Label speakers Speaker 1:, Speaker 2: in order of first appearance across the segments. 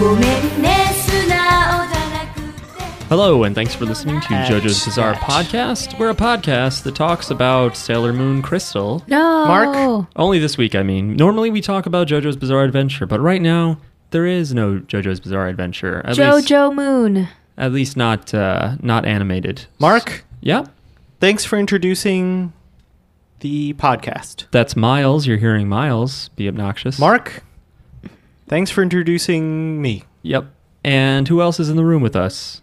Speaker 1: ごめんね素直じゃなくて
Speaker 2: Hello, and thanks for listening to JoJo's Bizarre Podcast. We're a podcast that talks about Sailor Moon Crystal.
Speaker 3: No. Oh,
Speaker 4: Mark?
Speaker 2: Only this week, I mean. Normally we talk about JoJo's Bizarre Adventure, but right now there is no JoJo's Bizarre Adventure. At Least,
Speaker 3: Jojo Moon.
Speaker 2: at least not uh, not animated.
Speaker 4: Mark,
Speaker 2: Yeah,
Speaker 4: thanks for introducing the podcast.
Speaker 2: that's Miles. You're hearing Miles be obnoxious.
Speaker 4: Mark, thanks for introducing me.
Speaker 2: Yep. And who else is in the room with us?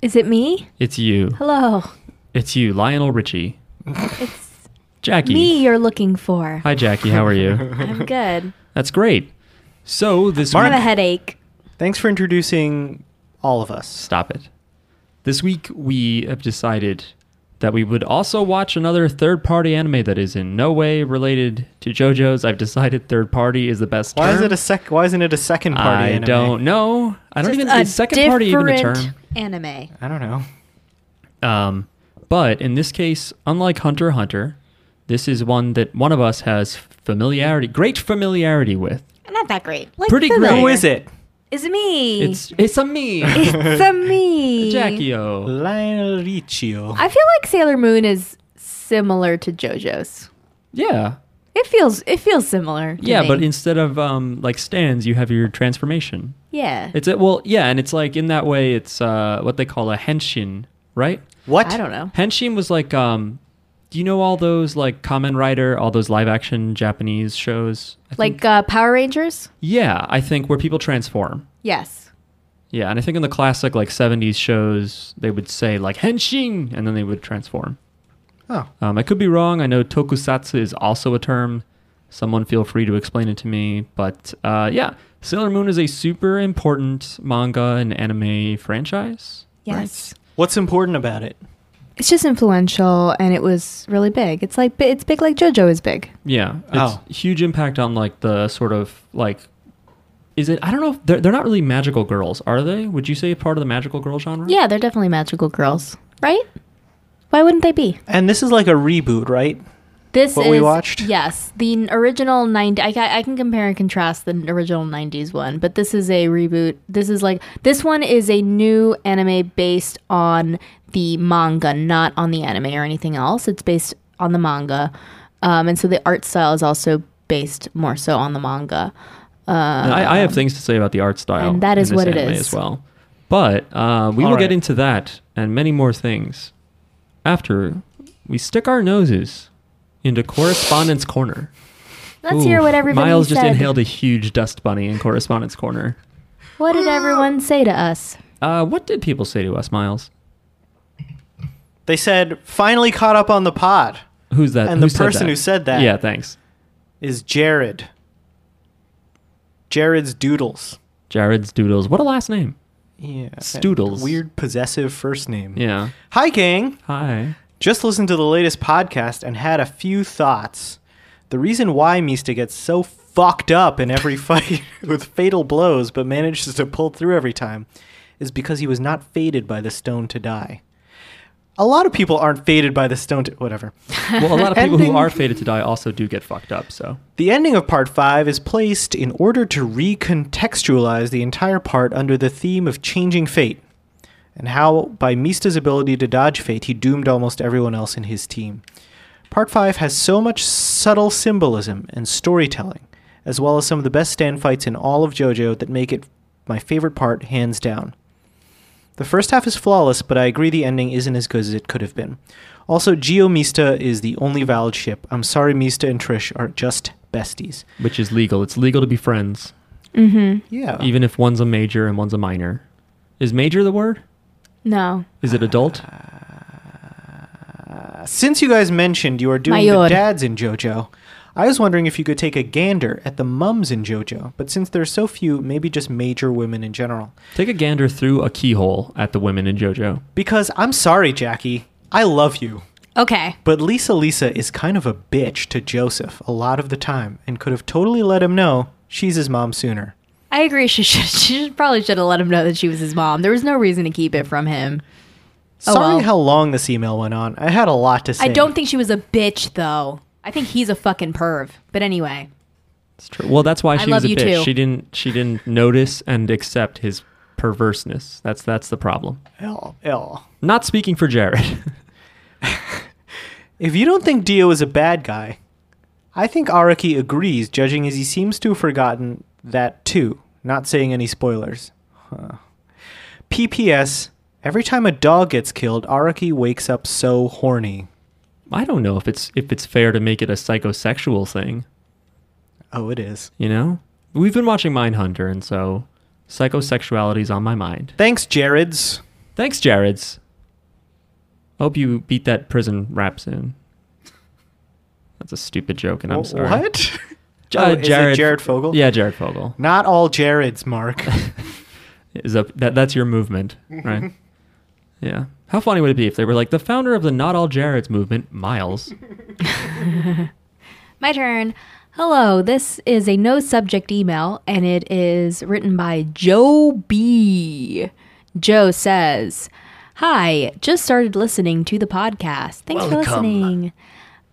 Speaker 3: Is it me?
Speaker 2: It's you.
Speaker 3: Hello.
Speaker 2: It's you, Lionel Richie.
Speaker 3: It's
Speaker 2: Jackie.
Speaker 3: me you're looking for.
Speaker 2: Hi, Jackie. How are you?
Speaker 3: I'm good.
Speaker 2: That's great. So this
Speaker 3: I
Speaker 4: Mark-
Speaker 3: have a
Speaker 2: week,
Speaker 3: headache.
Speaker 4: Thanks for introducing all of us.
Speaker 2: stop it. This week we have decided that we would also watch another third-party anime that is in no way related to JoJo's. I've decided third-party is the best
Speaker 4: Why is
Speaker 2: term.
Speaker 4: it a sec? Why isn't it a second party?
Speaker 2: I
Speaker 4: anime?
Speaker 2: don't know. I don't
Speaker 3: Just
Speaker 2: even
Speaker 3: a
Speaker 2: is second party even a
Speaker 3: different
Speaker 2: term.
Speaker 3: Anime.
Speaker 4: I don't know.
Speaker 2: Um, but in this case, unlike Hunter x Hunter, this is one that one of us has familiarity, great familiarity with.
Speaker 3: Not that great. Like
Speaker 2: Pretty
Speaker 3: familiar.
Speaker 2: great.
Speaker 4: Who is it?
Speaker 3: Is it me?
Speaker 2: It's it's a me,
Speaker 3: It's a me.
Speaker 2: Jackie-o.
Speaker 4: Lionel Riccio.
Speaker 3: I feel like Sailor Moon is similar to JoJo's.
Speaker 2: Yeah,
Speaker 3: It feels it feels similar. to
Speaker 2: yeah.
Speaker 3: me.
Speaker 2: But instead of um like stands, you have your transformation.
Speaker 3: yeah.
Speaker 2: It's a, well, yeah, and it's like in that way, it's uh what they call a henshin, right?
Speaker 4: What?
Speaker 3: I don't know.
Speaker 2: Henshin was like um, do you know all those like Kamen Rider, all those live action Japanese shows? I think-
Speaker 3: Like uh, Power Rangers?
Speaker 2: yeah, I think where people transform.
Speaker 3: Yes.
Speaker 2: Yeah, and I think in the classic like '70s shows, they would say like "henshin" and then they would transform.
Speaker 4: Oh,
Speaker 2: Um, I could be wrong. I know tokusatsu is also a term. Someone feel free to explain it to me. But uh, yeah, Sailor Moon is a super important manga and anime franchise.
Speaker 3: Yes.
Speaker 4: what's important about it?
Speaker 3: It's just influential and it was really big. It's like bi- it's big like JoJo is big.
Speaker 2: Yeah, it's
Speaker 4: Oh.
Speaker 2: huge impact on like the sort of like. Is it? I don't know. If they're they're not really magical girls, are they? Would you say part of the magical girl genre?
Speaker 3: Yeah, they're definitely magical girls, right? Why wouldn't they be?
Speaker 4: And this is like a reboot, right?
Speaker 3: This
Speaker 4: What
Speaker 3: is
Speaker 4: we watched?
Speaker 3: Yes, the n- original ninety. I, ca- I can compare and contrast the original '90s one, but this is a reboot. This is like this one is a new anime based on the manga, not on the anime or anything else. It's based on the manga, um, and so the art style is also based more so on the manga. Um,
Speaker 2: And I, I have things to say about the art style,
Speaker 3: and that
Speaker 2: in
Speaker 3: is
Speaker 2: this
Speaker 3: what it
Speaker 2: anime
Speaker 3: is.
Speaker 2: as well. But uh, we
Speaker 4: All
Speaker 2: will
Speaker 4: right.
Speaker 2: get into that and many more things after we stick our noses into correspondence corner.
Speaker 3: Let's
Speaker 2: Ooh,
Speaker 3: hear what everybody
Speaker 2: Miles
Speaker 3: said.
Speaker 2: just inhaled a huge dust bunny in correspondence corner.
Speaker 3: What did everyone say to us?
Speaker 2: Uh, what did people say to us, Miles?
Speaker 4: They said finally caught up on the pod
Speaker 2: Who's that?
Speaker 4: And
Speaker 2: who
Speaker 4: the person who said that-
Speaker 2: Yeah, thanks,
Speaker 4: is Jared. Jared's doodles.
Speaker 2: Jared's Doodles. What a last name.
Speaker 4: Yeah. that
Speaker 2: Stoodles.
Speaker 4: Weird possessive first name.
Speaker 2: Yeah.
Speaker 4: Hi, gang.
Speaker 2: Hi.
Speaker 4: Just listened to the latest podcast and had a few thoughts. The reason why Mista gets so fucked up in every fight with fatal blows but manages to pull through every time is because he was not fated by the stone to die. A lot of people aren't fated by the stone to whatever.
Speaker 2: Well, a lot of people who
Speaker 4: Ending-
Speaker 2: are fated to die also do get fucked up. So
Speaker 4: The ending of part 5 is placed in order to recontextualize the entire part under the theme of changing fate and how by Mista's ability to dodge fate he doomed almost everyone else in his team. Part 5 has so much subtle symbolism and storytelling as well as some of the best stand fights in all of JoJo that make it my favorite part hands down. The first half is flawless, but I agree the ending isn't as good as it could have been. Also, Geo Mista is the only valid ship. I'm sorry Mista and Trish are just besties.
Speaker 2: which is legal. It's legal to be friends.
Speaker 3: Oh.
Speaker 4: Yeah.
Speaker 2: even if one's a major and one's a minor. Is major the word?
Speaker 3: No,
Speaker 2: Is it adult?
Speaker 3: Uh,
Speaker 4: Since you guys mentioned you are doing
Speaker 3: Mayor.
Speaker 4: the dads in JoJo, I was wondering if you could take a gander at the mums in JoJo, but since there's so few, maybe just major women in general.
Speaker 2: Take a gander through a keyhole at the women in JoJo.
Speaker 4: Because I'm sorry, Jackie, I love you.
Speaker 3: okay.
Speaker 4: But Lisa Lisa is kind of a bitch to Joseph a lot of the time and could have totally let him know she's his mom sooner.
Speaker 3: I agree. She should. She should, probably should have let him know that she was his mom. There was no reason to keep it from him. Oh,
Speaker 4: Sorry
Speaker 3: well.
Speaker 4: how long this email went on. I had a lot to say.
Speaker 3: I don't think she was a bitch though. I think he's a fucking perv. But anyway,
Speaker 2: It's true. Well, that's why she was
Speaker 3: love
Speaker 2: a
Speaker 3: you
Speaker 2: bitch.
Speaker 3: too.
Speaker 2: She didn't. She didn't notice and accept his perverseness. That's that's the problem.
Speaker 4: L, L.
Speaker 2: Not speaking for Jared.
Speaker 4: If you don't think Dio is a bad guy, I think Araki agrees, judging as he seems to have forgotten that too, not saying any spoilers. Huh. PPS Every time a dog gets killed, Araki wakes up so horny.
Speaker 2: I don't know if it's if it's fair to make it a psychosexual thing.
Speaker 4: Oh, it is.
Speaker 2: You know, we've been watching Mindhunter, and so psychosexuality's on my mind.
Speaker 4: Thanks, Jared's.
Speaker 2: Thanks, Jared's. Hope you beat that prison rap soon. That's a stupid joke, and I'm
Speaker 4: Wh-
Speaker 2: sorry.
Speaker 4: What?
Speaker 2: J-
Speaker 4: Oh, is it Jared Fogle?
Speaker 2: Yeah, Jared Fogle.
Speaker 4: Not all Jared's, Mark.
Speaker 2: is a that that's your movement, right? yeah. How funny would it be if they were like the founder of the Not All Jareds movement, Miles?
Speaker 3: my turn. Hello. This is a no subject email, and it is written by Joe B. Joe says, "Hi. Just started listening to the podcast. Thanks for listening."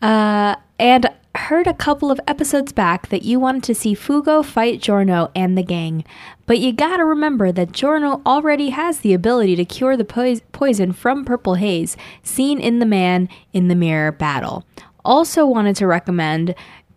Speaker 3: Uh, and heard a couple of episodes back that you wanted to see Fugo fight Jorno and the gang. But you gotta remember that Jorno already has the ability to cure the pois- poison from purple haze seen in the man in the mirror battle. Also wanted to recommend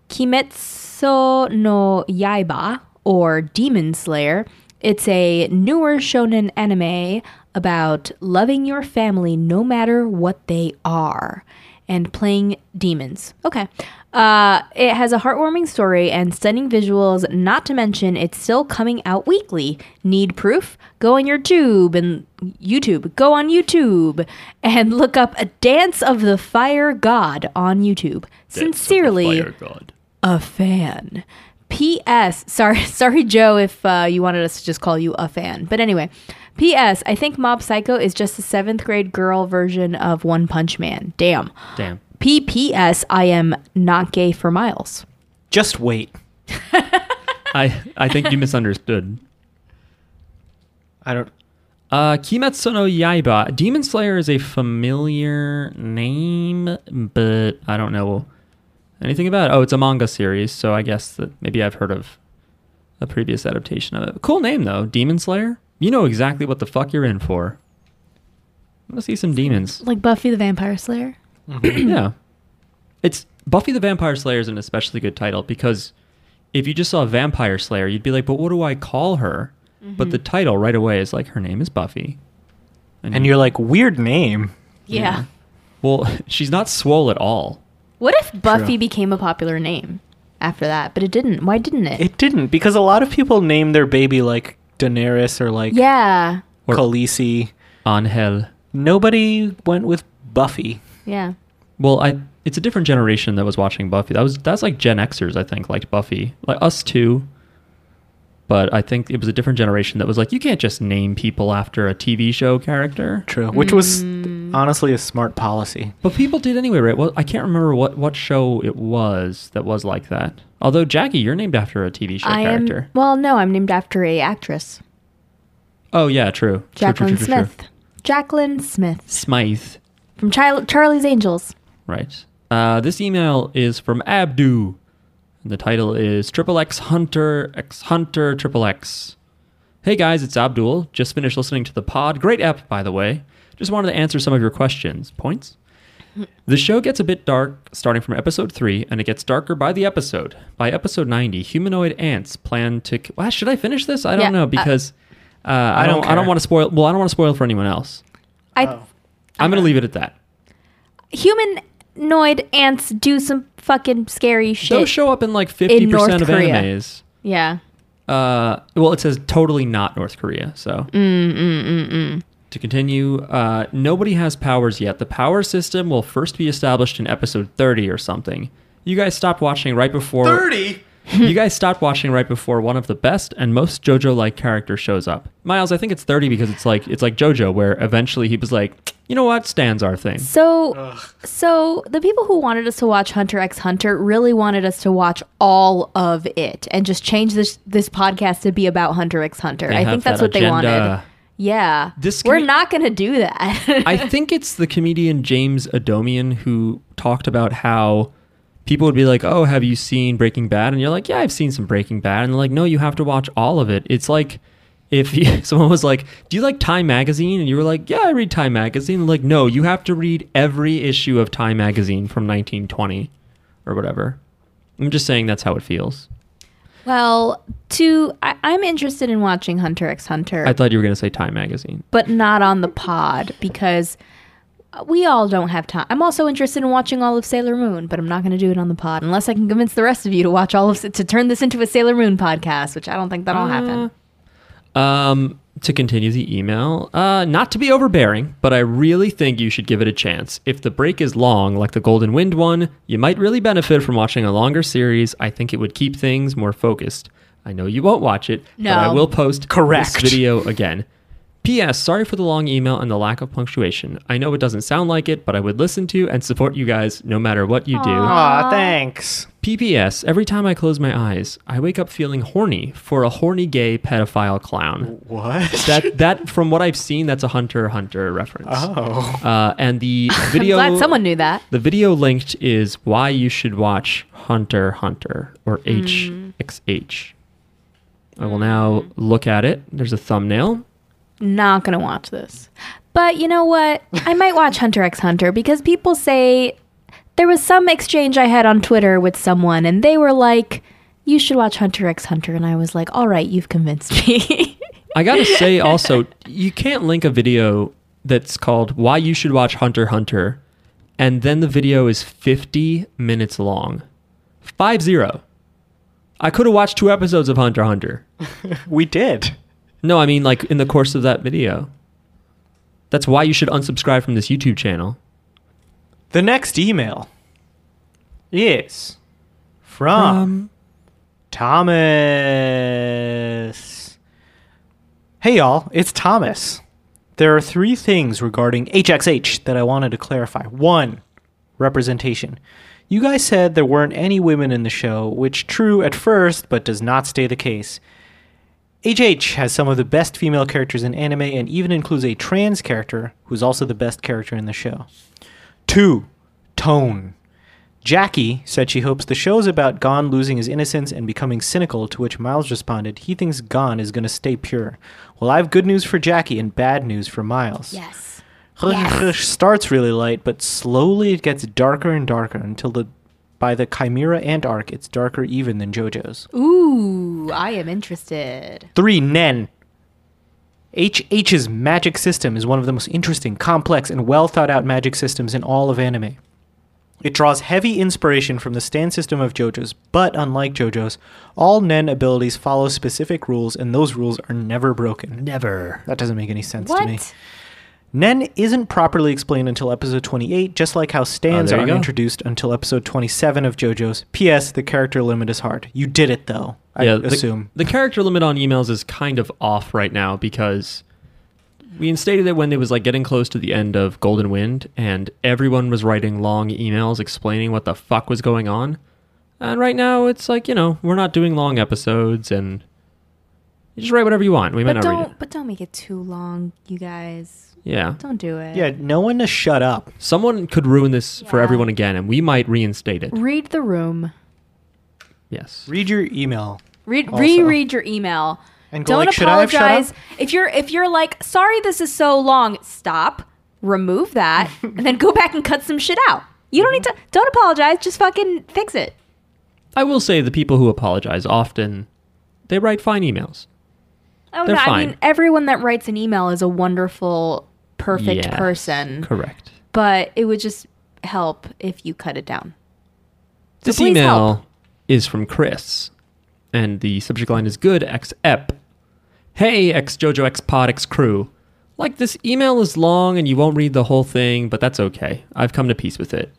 Speaker 3: Kimetsu no Yaiba or Demon Slayer. It's a newer shonen anime about loving your family no matter what they are and playing demons. Okay. Uh, it has a heartwarming story and stunning visuals, not to mention it's still coming out weekly. Need proof? Go on your tube and YouTube. Go on YouTube and look up a dance of the fire god on YouTube. Sincerely,
Speaker 2: God.
Speaker 3: a fan. P.S. Sorry, sorry, Joe, if uh, you wanted us to just call you a fan. But anyway, P.S. I think Mob Psycho is just a seventh grade girl version of One Punch Man. Damn.
Speaker 2: Damn.
Speaker 3: P.P.S. I am not gay for miles.
Speaker 4: Just wait.
Speaker 2: I I think you misunderstood.
Speaker 4: I don't.
Speaker 2: Uh, Kimetsu no Yaiba. Demon Slayer is a familiar name, but I don't know anything about it. Oh, it's a manga series, so I guess that maybe I've heard of a previous adaptation of it. Cool name, though. Demon Slayer? You know exactly what the fuck you're in for. I want to see some demons.
Speaker 3: Like Buffy the Vampire Slayer?
Speaker 2: yeah. It's Buffy the Vampire Slayer is an especially good title because if you just saw Vampire Slayer, you'd be like, but what do I call her? But the title right away is like, her name is Buffy.
Speaker 4: And you're like, weird name.
Speaker 3: Yeah.
Speaker 2: Well, she's not swole at all.
Speaker 3: What if Buffy
Speaker 4: True.
Speaker 3: became a popular name after that? But it didn't. Why didn't it?
Speaker 4: It didn't, because a lot of people name their baby like Daenerys or like
Speaker 3: yeah.
Speaker 2: Or-
Speaker 4: Khaleesi.
Speaker 2: On hell.
Speaker 4: Nobody went with Buffy.
Speaker 3: Yeah.
Speaker 2: Well, I it's a different generation that was watching Buffy. That was that's like Gen Xers, I think, liked Buffy. Like us too. But I think it was a different generation that was like, you can't just name people after a TV show character.
Speaker 4: True. Which was honestly a smart policy.
Speaker 2: But people did anyway, right? Well, I can't remember what, what show it was that was like that. Although Jackie, you're named after a TV show
Speaker 3: I
Speaker 2: character.
Speaker 3: am. Well, no, I'm named after a actress,
Speaker 2: Oh yeah, true. True, true, true,
Speaker 3: Jacqueline
Speaker 2: true, true.
Speaker 3: Smith. Jacqueline Smith
Speaker 2: Smythe.
Speaker 3: from Chil- Charlie's Angels.
Speaker 2: Right. Uh, this email is from Abdu. And the title is Triple X Hunter X Hunter Triple X. Hey guys, it's Abdul. Just finished listening to the pod. Great app, by the way. Just wanted to answer some of your questions. Points? The show gets a bit dark starting from episode 3, and it gets darker by the episode. By episode 90, humanoid ants plan to. c- Well, should I finish this? I don't
Speaker 3: Yeah,
Speaker 2: know
Speaker 3: uh,
Speaker 2: because uh, I,
Speaker 4: I
Speaker 2: don't,
Speaker 4: don't
Speaker 2: I don't
Speaker 4: care.
Speaker 2: want to spoil. Well, I don't want to spoil for anyone else.
Speaker 3: I
Speaker 2: Oh. I'm going to leave it at that.
Speaker 3: humanoid ants do some fucking scary
Speaker 2: They'll
Speaker 3: shit.
Speaker 2: show up in like 50%
Speaker 3: In North
Speaker 2: of
Speaker 3: Korea.
Speaker 2: animes.
Speaker 3: yeah.
Speaker 2: Uh, well, it says totally not North Korea. So
Speaker 3: Mm,
Speaker 2: to continue, uh, nobody has powers yet. The power system will first be established in episode thirty or something. You guys stopped watching right before you guys stopped watching right before one of the best and most JoJo-like characters shows up. Miles, I think it's 30 because it's like it's like JoJo, where eventually he was like, you know what, Stan's our thing.
Speaker 3: So, so the people who wanted us to watch Hunter x Hunter really wanted us to watch all of it and just change this this podcast to be about Hunter x Hunter.
Speaker 2: They
Speaker 3: I
Speaker 2: have
Speaker 3: think that's
Speaker 2: that
Speaker 3: what they wanted.
Speaker 2: agenda.
Speaker 3: Yeah,
Speaker 2: This
Speaker 3: we're
Speaker 2: commu-
Speaker 3: not going to do that.
Speaker 2: I think it's the comedian James Adomian who talked about how people would be like, "Oh, have you seen Breaking Bad?" And you're like, "Yeah, I've seen some Breaking Bad." And they're like, "No, you have to watch all of it." It's like if you, someone was like, "Do you like Time magazine?" and you were like, "Yeah, I read Time magazine." And like, "No, you have to read every issue of Time magazine from 1920 or whatever." I'm just saying that's how it feels.
Speaker 3: well, to I, I'm interested in watching Hunter x Hunter,
Speaker 2: I thought you were going to say Time magazine.
Speaker 3: but not on the pod because we all don't have time. I'm also interested in watching all of Sailor Moon, but I'm not going to do it on the pod unless I can convince the rest of you to watch all of to turn this into a Sailor Moon podcast, which I don't think that'll happen.
Speaker 2: Um, to continue the email, uh, not to be overbearing, but I really think you should give it a chance. If the break is long, like the Golden Wind one, you might really benefit from watching a longer series. I think it would keep things more focused. I know you won't watch it,
Speaker 3: No.
Speaker 2: but I will post
Speaker 4: Correct.
Speaker 2: this video again. P.S. Sorry for the long email and the lack of punctuation. I know it doesn't sound like it, but I would listen to and support you guys no matter what you do.
Speaker 4: Aw, thanks.
Speaker 2: PPS, every time I close my eyes, I wake up feeling horny for a horny gay pedophile clown.
Speaker 4: What?
Speaker 2: That that from what I've seen, that's a Hunter x Hunter reference.
Speaker 4: oh.
Speaker 2: Uh, and the video
Speaker 3: I'm glad someone knew that.
Speaker 2: the video linked is why you should watch Hunter x Hunter or
Speaker 3: Hmm.
Speaker 2: HXH. I will now look at it. There's a thumbnail.
Speaker 3: Not gonna watch this. But you know what? I might watch Hunter x Hunter because people say there was some exchange I had on Twitter with someone, and they were like, "You should watch Hunter x Hunter," and I was like, "All right, you've convinced me."
Speaker 2: I gotta say also, you can't link a video that's called Why You Should Watch Hunter x Hunter, and then the video is 50 minutes long. Five zero. I could have watched two episodes of Hunter x Hunter.
Speaker 4: We did.
Speaker 2: No, I mean like in the course of that video. That's why you should unsubscribe from this YouTube channel.
Speaker 4: The next email is from
Speaker 3: Um,
Speaker 4: Thomas. Hey, y'all, it's Thomas. There are three things regarding HXH that I wanted to clarify. One, representation. You guys said there weren't any women in the show, which true at first, but does not stay the case. HH has some of the best female characters in anime and even includes a trans character who's also the best character in the show. Two, tone. Jackie said she hopes the show's about Gon losing his innocence and becoming cynical, to which Miles responded, he thinks Gon is going to stay pure. Well, I have good news for Jackie and bad news for Miles.
Speaker 3: yes.
Speaker 4: Starts really light, but slowly it gets darker and darker until the by the Chimera and arc, it's darker even than JoJo's.
Speaker 3: Ooh, I am interested.
Speaker 4: 3. Nen. HH's magic system is one of the most interesting, complex, and well thought out magic systems in all of anime. It draws heavy inspiration from the stand system of JoJo's, but unlike JoJo's, all Nen abilities follow specific rules, and those rules are never broken. Never. That doesn't make any sense to me.
Speaker 3: What?
Speaker 4: Nen isn't properly explained until episode 28, just like how stands
Speaker 2: Oh, there you
Speaker 4: aren't
Speaker 2: go.
Speaker 4: introduced until episode 27 of JoJo's. P.S. The character limit is hard. You did it, though. I
Speaker 2: the-
Speaker 4: assume.
Speaker 2: The, character limit on emails is kind of off right now because we instated it when it was like getting close to the end of Golden Wind and everyone was writing long emails explaining what the fuck was going on. And right now it's like, you know, we're not doing long episodes and you just write whatever you want. We might
Speaker 3: But
Speaker 2: not read it.
Speaker 3: don't but don't make it too long, you guys.
Speaker 2: Yeah.
Speaker 3: Don't do it.
Speaker 4: Yeah, no one to shut up.
Speaker 2: Someone could ruin this for
Speaker 3: Yeah. Mm.
Speaker 2: everyone again and we might reinstate it.
Speaker 3: Read the room.
Speaker 2: Yes.
Speaker 4: Read your email.
Speaker 3: Read
Speaker 4: Also.
Speaker 3: reread your email.
Speaker 4: And go
Speaker 3: Don't
Speaker 4: like, "Should I have
Speaker 3: apologize.
Speaker 4: shut up?"
Speaker 3: If you're if you're like, sorry this is so long, stop, remove that, and then go back and cut some shit out. You don't need
Speaker 4: Mm-hmm.
Speaker 3: to don't apologize, just fucking fix it.
Speaker 2: I will say the people who apologize often they write fine emails.
Speaker 3: Oh
Speaker 2: They're
Speaker 3: no, I
Speaker 2: fine.
Speaker 3: mean everyone that writes an email is a wonderful, perfect
Speaker 2: Yes,
Speaker 3: person.
Speaker 2: Correct.
Speaker 3: But it would just help if you cut it down.
Speaker 2: This
Speaker 3: please
Speaker 2: email
Speaker 3: help.
Speaker 2: is from Chris, and the subject line is good X ep. Hey X Jojo X Pod X Crew. Like this email is long and you won't read the whole thing, but that's okay. I've come to peace with it.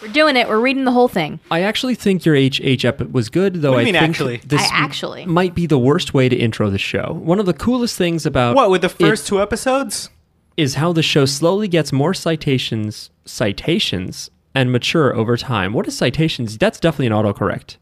Speaker 3: We're doing it. We're reading the whole thing.
Speaker 2: I actually think your HH ep was good, though.
Speaker 4: What do you
Speaker 2: I
Speaker 4: mean,
Speaker 2: think
Speaker 4: actually?
Speaker 2: this
Speaker 3: I actually-
Speaker 2: might be the worst way to intro the show. One of the coolest things about
Speaker 4: What with the
Speaker 2: it
Speaker 4: first two episodes?
Speaker 2: is how the show slowly gets more citations, citations, and mature over time. What is citations? That's definitely an autocorrect.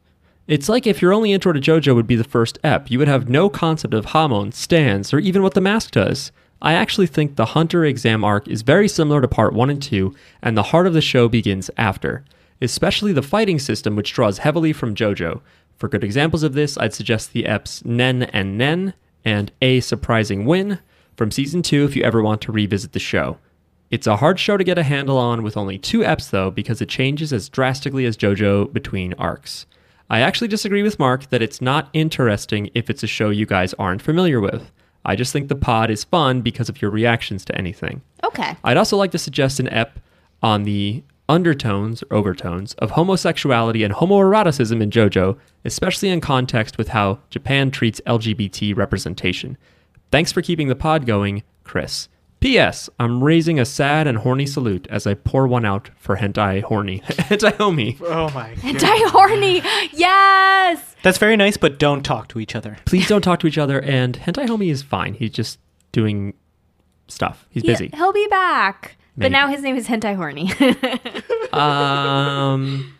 Speaker 2: It's like if your only intro to JoJo would be the first ep, you would have no concept of Hamon, stands, or even what the mask does. I actually think the Hunter exam arc is very similar to part 1 and 2, and the heart of the show begins after, especially the fighting system, which draws heavily from JoJo. For good examples of this, I'd suggest the eps Nen and Nen and A Surprising Win from season 2 if you ever want to revisit the show. It's a hard show to get a handle on with only two eps though, because it changes as drastically as JoJo between arcs. I actually disagree with Mark that it's not interesting if it's a show you guys aren't familiar with. I just think the pod is fun because of your reactions to anything.
Speaker 3: Okay.
Speaker 2: I'd also like to suggest an ep on the undertones or overtones of homosexuality and homoeroticism in JoJo, especially in context with how Japan treats LGBT representation. Thanks for keeping the pod going, Chris. P.S. I'm raising a sad and horny salute as I pour one out for hentai horny hentai homie.
Speaker 4: Oh my god.
Speaker 3: Die horny. Yes.
Speaker 4: That's very nice, but don't talk to each other.
Speaker 2: Please don't talk to each other. And hentai homie is fine. He's just doing stuff. He's
Speaker 3: He-
Speaker 2: busy.
Speaker 3: He'll be back.
Speaker 2: Maybe.
Speaker 3: But now his name is Hentai Horny.
Speaker 2: um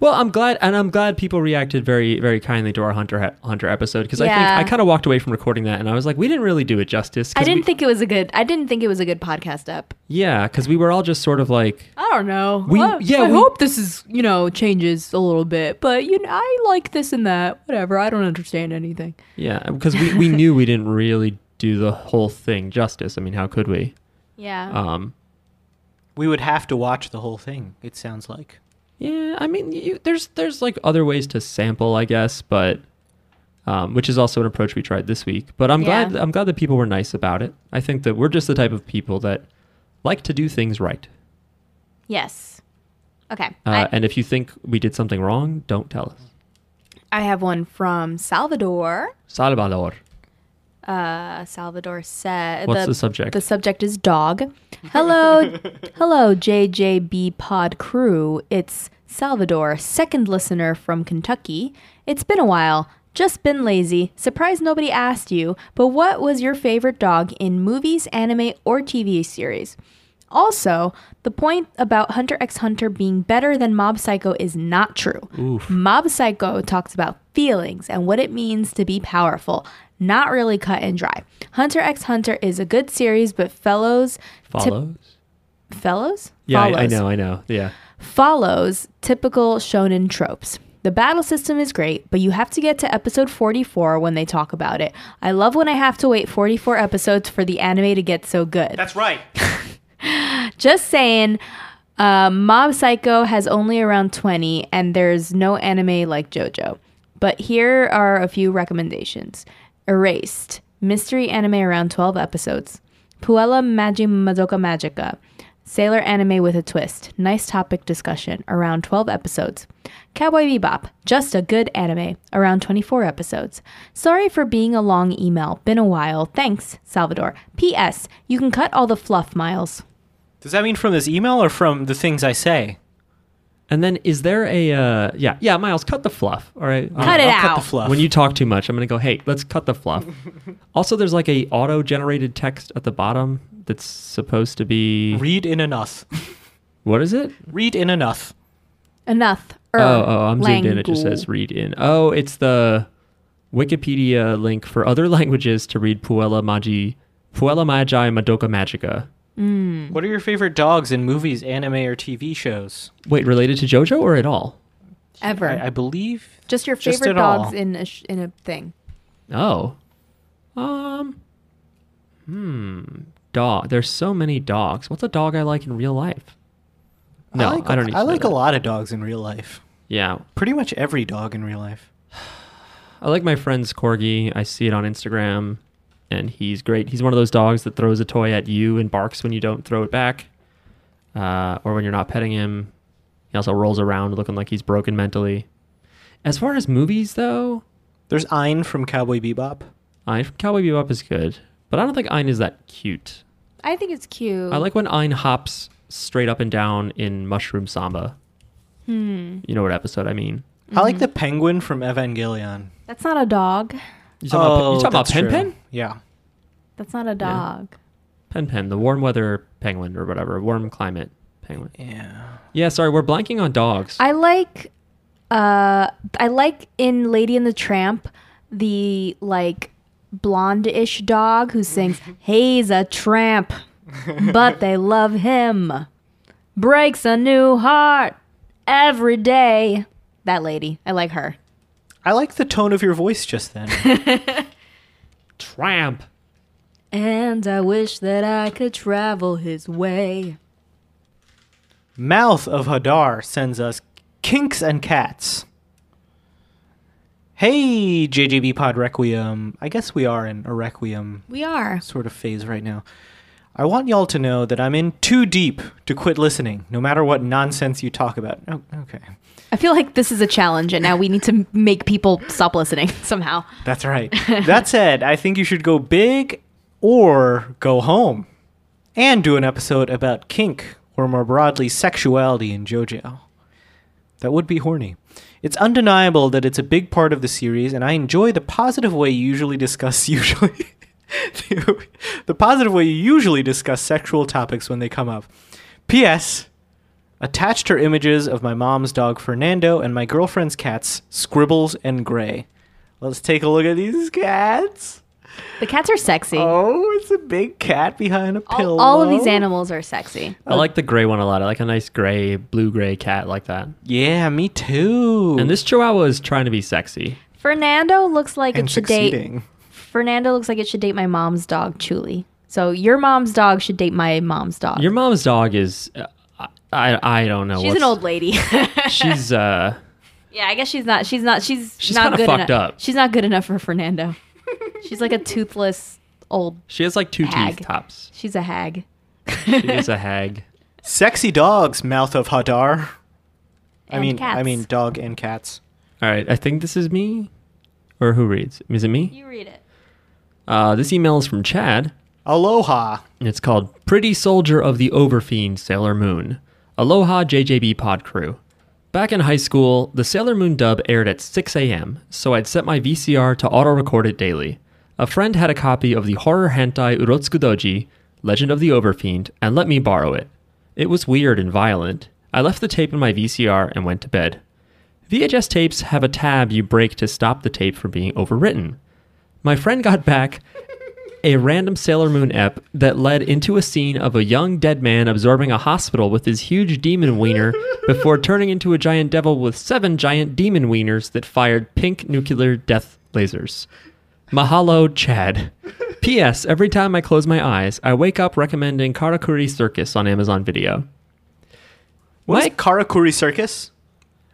Speaker 2: well i'm glad and i'm glad people reacted very very kindly to our hunter hunter episode because i
Speaker 3: Yeah.
Speaker 2: think i kind of walked away from recording that and i was like we didn't really do it justice 'cause
Speaker 3: I didn't
Speaker 2: we,
Speaker 3: think it was a good. I didn't think it was a good podcast up.
Speaker 2: yeah because we were all just sort of like
Speaker 3: I don't know.
Speaker 2: We-
Speaker 3: I,
Speaker 2: yeah,
Speaker 3: I
Speaker 2: we-
Speaker 3: hope this is you know changes a little bit, but you know, I like this and that. Whatever. I don't understand anything.
Speaker 2: yeah because we, we knew we didn't really do the whole thing justice i mean how could we
Speaker 3: Yeah.
Speaker 2: um
Speaker 4: We would have to watch the whole thing, it sounds like.
Speaker 2: yeah i mean you, there's there's like other ways to sample i guess but um, which is also an approach we tried this week but i'm
Speaker 3: Yeah.
Speaker 2: glad i'm glad that people were nice about it i think that we're just the type of people that like to do things right
Speaker 3: yes. Okay.
Speaker 2: Uh,
Speaker 3: I,
Speaker 2: and if you think we did something wrong, don't tell us.
Speaker 3: I have one from Salvador.
Speaker 2: Salvador.
Speaker 3: Uh, Salvador said.
Speaker 2: What's the subject?
Speaker 3: The subject is dog. Hello, hello, JJB Pod crew. It's Salvador, second listener from Kentucky. It's been a while. Just been lazy. Surprised nobody asked you. But what was your favorite dog in movies, anime, or TV series? Also, the point about Hunter x Hunter being better than Mob Psycho is not true. Mob Psycho talks about feelings and what it means to be powerful, not really cut and dry. Hunter x Hunter is a good series, but Fellows
Speaker 2: Follows.
Speaker 3: Tip- fellows
Speaker 2: yeah, I, I
Speaker 3: Follows.
Speaker 2: know, I know. Yeah.
Speaker 3: follows typical shonen tropes. The battle system is great, but you have to get to episode 44 when they talk about it. I love when I have to wait 44 episodes for the anime to get so good.
Speaker 4: That's right.
Speaker 3: Just saying, uh, Mob Psycho has only around 20, and there's no anime like JoJo. But here are a few recommendations Erased, mystery anime around 12 episodes. Puella Magi Madoka Magica, sailor anime with a twist. Nice topic discussion, around 12 episodes. Cowboy Bebop, just a good anime, around 24 episodes. Sorry for being a long email, been a while. Thanks, Salvador. P.S. You can cut all the fluff, Miles.
Speaker 4: Does that mean from this email or from the things I say?
Speaker 2: And then is there a uh, yeah yeah Miles cut the fluff all right Um,
Speaker 3: Cut it
Speaker 4: I'll
Speaker 3: out.
Speaker 4: cut the fluff.
Speaker 2: when you talk too much I'm gonna go hey let's cut the fluff also there's like a auto generated text at the bottom that's supposed to be
Speaker 4: Read in enough.
Speaker 2: what is it
Speaker 4: Read in enough.
Speaker 3: Enough. Er,
Speaker 2: oh oh I'm zoomed in it just
Speaker 3: Langul.
Speaker 2: says read in oh it's the Wikipedia link for other languages to read Puella Magi Puella Magi Madoka Magica
Speaker 4: What are your favorite dogs in movies, anime, or TV shows?
Speaker 2: wait related to JoJo or at all
Speaker 3: ever.
Speaker 4: I, I believe.
Speaker 3: just your
Speaker 4: just
Speaker 3: favorite
Speaker 4: at all.
Speaker 3: dogs in a sh- in a thing.
Speaker 2: Oh. Um. Hmm. Dog. There's so many dogs. What's a dog I like in real life? No, I,
Speaker 4: I, like,
Speaker 2: don't. Need
Speaker 4: I
Speaker 2: to know
Speaker 4: like a
Speaker 2: that.
Speaker 4: lot of dogs in real life.
Speaker 2: Yeah,
Speaker 4: Pretty much every dog in real life.
Speaker 2: I like my friend's corgi. I see it on Instagram, and he's great. He's one of those dogs that throws a toy at you and barks when you don't throw it back, uh, or when you're not petting him. He also rolls around looking like he's broken mentally. As far as movies, though,
Speaker 4: There's Ein from Cowboy Bebop.
Speaker 2: I Cowboy Bebop is good, but I don't think Ein is that cute.
Speaker 3: I think it's cute.
Speaker 2: I like when Ein hops straight up and down in Mushroom Samba.
Speaker 3: Hmm.
Speaker 2: You know what episode I mean?
Speaker 4: I like the penguin from Evangelion.
Speaker 3: That's not a dog.
Speaker 2: You talking about, you talking about
Speaker 4: Oh, that's
Speaker 2: Pen
Speaker 4: true.
Speaker 2: Pen?
Speaker 4: Yeah.
Speaker 3: That's not a dog.
Speaker 2: Pen Pen, the warm weather penguin or whatever, warm climate penguin.
Speaker 4: Yeah.
Speaker 2: Yeah, sorry, we're blanking on dogs.
Speaker 3: I like uh I like in Lady and the Tramp the like blonde-ish dog who sings he's a tramp but they love him breaks a new heart every day that lady i like her
Speaker 4: I like the tone of your voice just then.
Speaker 2: Tramp.
Speaker 3: and i wish that i could travel his way
Speaker 4: Mouth of Hadar sends us kinks and cats. Hey, JJB Pod Requiem. I guess we are in a Requiem
Speaker 3: we are
Speaker 4: sort of phase right now. I want y'all to know that I'm in too deep to quit listening, no matter what nonsense you talk about. Oh, okay.
Speaker 3: i feel like this is a challenge and now we need to make people stop listening somehow
Speaker 4: That's right. that said, I think you should go big or go home and do an episode about kink or more broadly sexuality in JoJo. That would be horny. It's undeniable that it's a big part of the series, and I enjoy the positive way you usually discuss usually the positive way you usually discuss sexual topics when they come up. P.S. Attached are images of my mom's dog Fernando and my girlfriend's cats Scribbles and Gray. Let's take a look at these cats.
Speaker 3: the cats are sexy
Speaker 4: Oh, it's a big cat behind a pillow.
Speaker 3: All, all of these animals are sexy.
Speaker 2: I
Speaker 4: Oh.
Speaker 2: like the gray one a lot. I like a nice gray, blue gray cat like that.
Speaker 4: Yeah, me too.
Speaker 2: And this chihuahua is trying to be sexy.
Speaker 3: Fernando looks like
Speaker 4: and
Speaker 3: it should date.
Speaker 4: succeeding.
Speaker 3: Fernando looks like it should date my mom's dog, Chuli. So your mom's dog should date my mom's dog.
Speaker 2: Your mom's dog is. Uh, I, I don't know.
Speaker 3: she's an
Speaker 2: what's-
Speaker 3: old lady.
Speaker 2: She's uh
Speaker 3: yeah, I guess she's not. She's not. She's
Speaker 2: She's
Speaker 3: not
Speaker 2: kinda
Speaker 3: good
Speaker 2: fucked
Speaker 3: enough.
Speaker 2: up.
Speaker 3: She's not good enough for Fernando. she's like a toothless old.
Speaker 2: she has like two
Speaker 3: Hag.
Speaker 2: teeth tops.
Speaker 3: She's a hag.
Speaker 2: She is a hag.
Speaker 4: Sexy dogs, mouth of Hadar. I
Speaker 3: And
Speaker 4: mean, I
Speaker 3: cats.
Speaker 4: mean, dog and cats.
Speaker 2: All right, I think this is me, or who reads? Is it me?
Speaker 3: You read it.
Speaker 2: Uh, this email is from Chad.
Speaker 4: Aloha.
Speaker 2: and it's called Pretty Soldier of the Overfiend Sailor Moon. Aloha JJB Pod Crew. Back in high school, the Sailor Moon dub aired at 6 a.m., so I'd set my VCR to auto record it daily. A friend had a copy of the horror hentai Urotsuku Doji, Legend of the Overfiend, and let me borrow it. It was weird and violent. I left the tape in my VCR and went to bed. VHS tapes have a tab you break to stop the tape from being overwritten. My friend got back a random Sailor Moon ep that led into a scene of a young dead man absorbing a hospital with his huge demon wiener before turning into a giant devil with seven giant demon wieners that fired pink nuclear death lasers. Mahalo, Chad. P.S. Every time I close my eyes, I wake up recommending Karakuri Circus on Amazon Video.
Speaker 4: What is
Speaker 2: Mike-
Speaker 4: Karakuri Circus?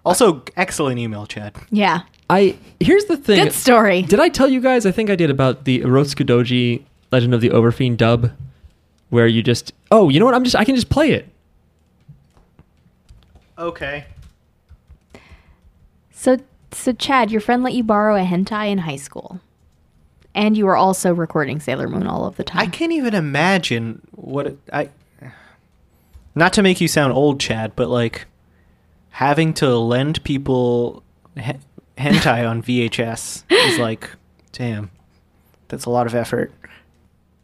Speaker 4: Also, excellent email, Chad.
Speaker 3: Yeah.
Speaker 2: I here's the thing.
Speaker 3: Good story.
Speaker 2: Did I tell you guys? I think I did about the Orotsuku Doji Legend of the Overfiend dub, where you just oh, you know what? I'm just I can just play it.
Speaker 4: Okay.
Speaker 3: So so Chad, your friend let you borrow a hentai in high school, and you were also recording Sailor Moon all of the time.
Speaker 4: I can't even imagine what it, I. Not to make you sound old, Chad, but like having to lend people he- hentai on VHS is like, damn, that's a lot of effort.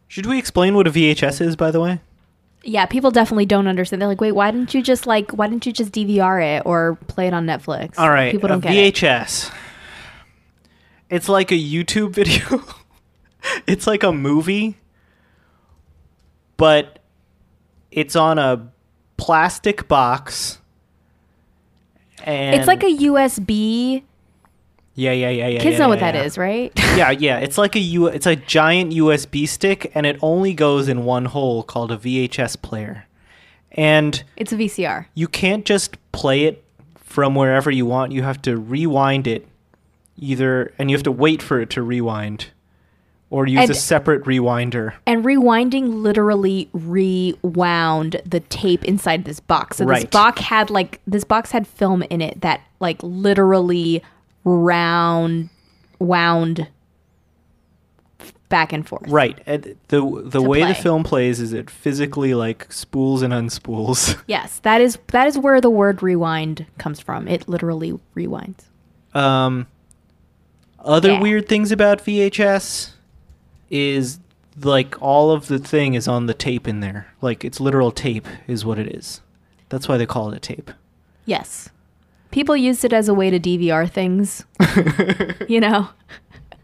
Speaker 4: Should we explain what a VHS is, by the way?
Speaker 3: Yeah, people definitely don't understand. They're like, wait, why didn't you just like, why didn't you just DVR it or play it on Netflix?
Speaker 4: All right, uh,
Speaker 3: people
Speaker 4: a
Speaker 3: don't get it.
Speaker 4: VHS. It's like a YouTube video. it's like a movie, but it's on a plastic box. And
Speaker 3: It's like a USB.
Speaker 4: yeah, yeah, yeah, yeah.
Speaker 3: Kids
Speaker 4: yeah,
Speaker 3: know
Speaker 4: yeah,
Speaker 3: what that
Speaker 4: yeah.
Speaker 3: is, right?
Speaker 4: Yeah, yeah. It's like a U. It's a giant USB stick, and it only goes in one hole called a VHS player, and
Speaker 3: it's a VCR.
Speaker 4: you can't just play it from wherever you want. You have to rewind it either, and you have to wait for it to rewind or use
Speaker 3: And-
Speaker 4: a separate rewinder.
Speaker 3: And rewinding literally rewound the tape inside this box. So this
Speaker 4: Right.
Speaker 3: box had like this box had film in it that like literally round wound back and forth.
Speaker 4: Right. And the the
Speaker 3: To
Speaker 4: way
Speaker 3: play.
Speaker 4: the film plays is it physically like spools and unspools.
Speaker 3: Yes, that is that is where the word rewind comes from. It literally rewinds.
Speaker 4: Um, other
Speaker 3: Yeah.
Speaker 4: weird things about VHS is like all of the thing is on the tape in there. Like it's literal tape is what it is. That's why they call it a tape.
Speaker 3: Yes. People used it as a way to DVR things. you know,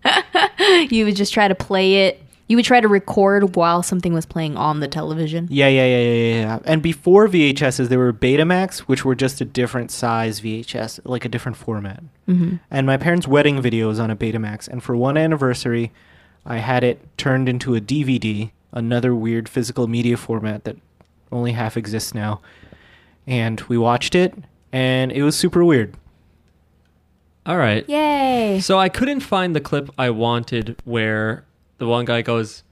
Speaker 3: you would just try to play it. You would try to record while something was playing on the television.
Speaker 4: Yeah, yeah, yeah, yeah, yeah, yeah. And before VHSs, there were Betamax, which were just a different size VHS, like a different format. Mm-hmm. And my parents' wedding video was on a Betamax. And for one anniversary, I had it turned into a DVD, another weird physical media format that only half exists now. And we watched it, and it was super weird.
Speaker 2: All right.
Speaker 3: Yay!
Speaker 2: So I couldn't find the clip I wanted where the one guy goes,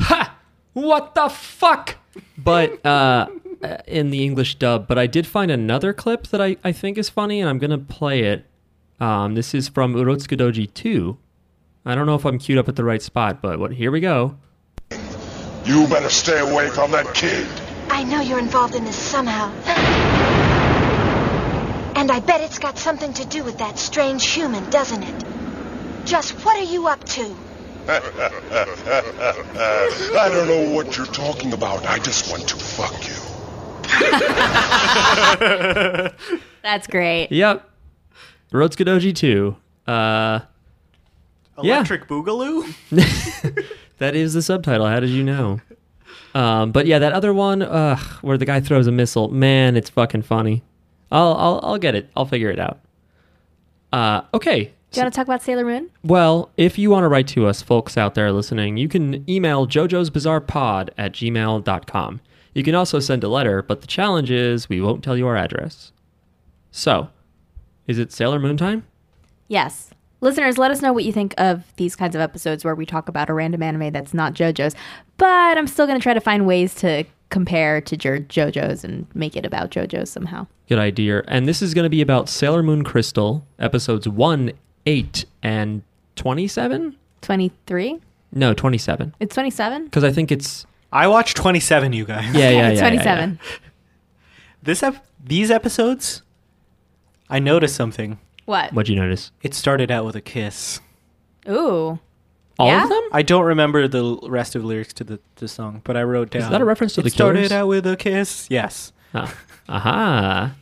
Speaker 2: "Ha! What the fuck?" But uh, in the English dub. But I did find another clip that I, I think is funny, and I'm gonna play it. Um, this is from Urotsuku Doji 2. I don't know if I'm queued up at the right spot, but what? Here we go.
Speaker 5: You better stay away from that kid.
Speaker 6: I know you're involved in this somehow. And I bet it's got something to do with that strange human, doesn't it? Just what are you up to?
Speaker 5: I don't know what you're talking about. I just want to fuck you.
Speaker 3: That's great.
Speaker 2: Yep. Urotsuku Doji 2. Uh, Yeah.
Speaker 4: Electric Boogaloo?
Speaker 2: That is the subtitle. How did you know? Um, but yeah, that other one uh, where the guy throws a missile, man, it's fucking funny. I'll I'll, I'll get it. I'll figure it out. Uh, okay.
Speaker 3: Do you want to talk about Sailor Moon?
Speaker 2: Well, if you want to write to us, folks out there listening, you can email jojo's bizarre pod at gmail.com. You can also send a letter, but the challenge is we won't tell you our address. So, is it Sailor Moon time?
Speaker 3: Yes. Listeners, let us know what you think of these kinds of episodes where we talk about a random anime that's not JoJo's. But I'm still going to try to find ways to compare to jo- JoJo's and make it about JoJo's somehow.
Speaker 2: Good idea. And this is going to be about Sailor Moon Crystal, episodes 1, 8, and 27?
Speaker 3: 23?
Speaker 2: No, 27.
Speaker 3: It's 27?
Speaker 2: Because I think it's.
Speaker 4: I watched 27, you guys.
Speaker 2: Yeah, yeah, yeah.
Speaker 3: it's
Speaker 2: yeah,
Speaker 3: 27.
Speaker 4: This ep- these episodes, I noticed something.
Speaker 3: What?
Speaker 2: yeah. What'd you notice?
Speaker 4: It started out with a kiss.
Speaker 3: Ooh.
Speaker 2: All
Speaker 3: Yeah?
Speaker 2: of them?
Speaker 4: I don't remember the l- rest of the lyrics to the, the song, but I wrote down.
Speaker 2: that a reference to
Speaker 4: it
Speaker 2: The Killers?
Speaker 4: Started out with a kiss. Yes,
Speaker 2: Ah. Aha.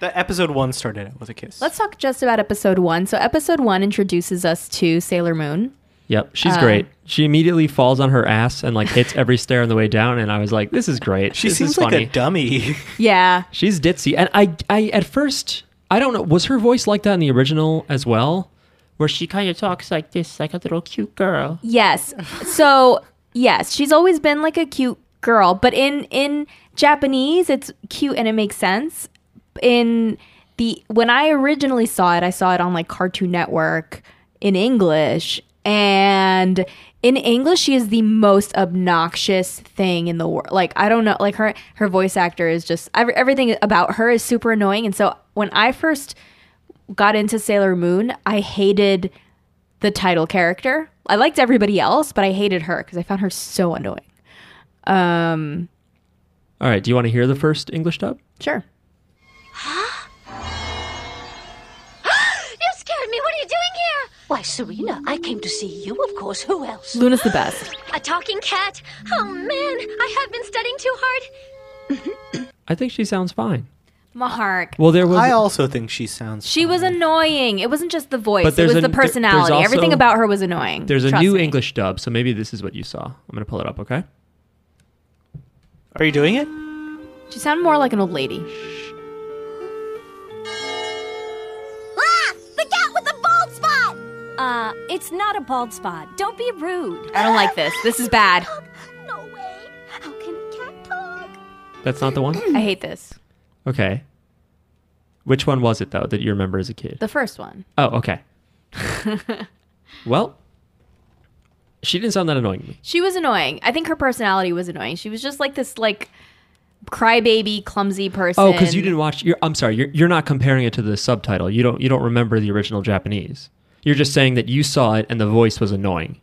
Speaker 4: the episode one started out with a kiss.
Speaker 3: Let's talk just about episode one. So, episode one introduces us to Sailor Moon.
Speaker 2: Yep. She's great. She immediately falls on her ass and like hits every stair on the way down. And I was like, this is great.
Speaker 4: she
Speaker 2: This
Speaker 4: seems
Speaker 2: is
Speaker 4: like
Speaker 2: funny.
Speaker 4: a dummy.
Speaker 3: Yeah.
Speaker 2: She's ditzy. And I, I, at first, I don't know. Was her voice like that in the original as well? Where she kind of talks like this, like a little cute girl.
Speaker 3: Yes. So, yes, she's always been like a cute girl, but in in Japanese, it's cute and it makes sense. In the when I originally saw it, I saw it on like Cartoon Network in English, and in English, she is the most obnoxious thing in the world. Like I don't know, like her her voice actor is just every, everything about her is super annoying. And so when I first got into Sailor Moon, I hated the title character. I liked everybody else, but I hated her because I found her so annoying. Um,
Speaker 2: All right. Do you want to hear the first English dub?
Speaker 3: sure.
Speaker 6: You scared me. What are you doing here? Why, Serena, I came to see you, of course. Who else?
Speaker 3: Luna's the best.
Speaker 6: A talking cat? Oh, man, I have been studying too hard.
Speaker 2: I think she sounds fine.
Speaker 3: Mahark.
Speaker 2: Well, there was.
Speaker 4: I also think she sounds.
Speaker 3: She was annoying. It wasn't just the voice,
Speaker 2: But
Speaker 3: it
Speaker 2: there's
Speaker 3: was
Speaker 2: a-
Speaker 3: the
Speaker 2: there- there's
Speaker 3: personality.
Speaker 2: also-
Speaker 3: Everything about her was annoying.
Speaker 2: There's a
Speaker 3: Trust
Speaker 2: new
Speaker 3: me.
Speaker 2: English dub, so maybe this is what you saw. I'm gonna pull it up, okay?
Speaker 4: Are you doing it?
Speaker 3: She sounded more like an old lady.
Speaker 6: Ah! The cat with the bald spot! Uh, it's not a bald spot. Don't be rude.
Speaker 3: I don't like this. This is bad.
Speaker 6: No way. How can a cat talk?
Speaker 2: That's not the one.
Speaker 3: I hate this.
Speaker 2: Okay. Which one was it though that you remember as a kid?
Speaker 3: The first one.
Speaker 2: oh, okay. well, she didn't sound that annoying to me.
Speaker 3: She was annoying. I think her personality was annoying. She was just like this like crybaby, clumsy person.
Speaker 2: Oh, because you didn't watch. You're, I'm sorry. You're, you're not comparing it to the subtitle. You don't. You don't remember the original Japanese. You're just saying that you saw it and the voice was annoying.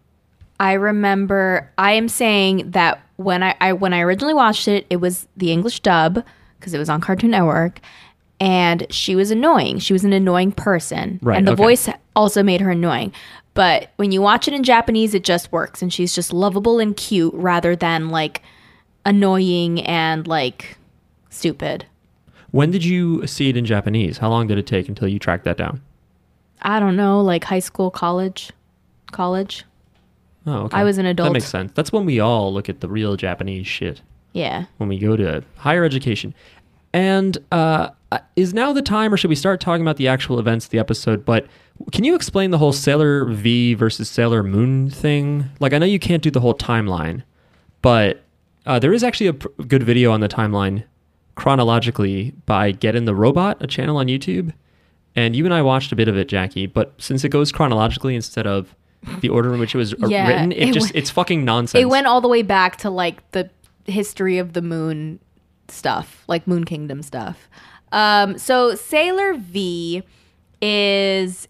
Speaker 3: I remember I am saying that when I, I when I originally watched it, it was the English dub because it was on Cartoon Network, and she was annoying. She was an annoying person,
Speaker 2: Right,
Speaker 3: and the
Speaker 2: okay.
Speaker 3: voice also made her annoying. But when you watch it in Japanese, it just works, and she's just lovable and cute rather than like annoying and like stupid.
Speaker 2: When did you see it in Japanese? How long did it take until you tracked that down?
Speaker 3: I don't know, like high school, college, college.
Speaker 2: Oh, okay.
Speaker 3: I was an
Speaker 2: That
Speaker 3: adult.
Speaker 2: makes sense. That's when we all look at the real Japanese shit
Speaker 3: Yeah.
Speaker 2: when we go to higher education. And uh, is now the time, or should we start talking about the actual events of the episode? But can you explain the whole Sailor V versus Sailor Moon thing? Like, I know you can't do the whole timeline, but uh, there is actually a pr- good video on the timeline chronologically by Get in the Robot, a channel on YouTube. And you and I watched a bit of it, Jackie. But since it goes chronologically instead of the order in which it was uh,
Speaker 3: Yeah,
Speaker 2: written, it,
Speaker 3: it
Speaker 2: just
Speaker 3: went-
Speaker 2: it's fucking nonsense.
Speaker 3: It went all the way back to like the history of the moon stuff, like Moon Kingdom stuff. Um, so Sailor V is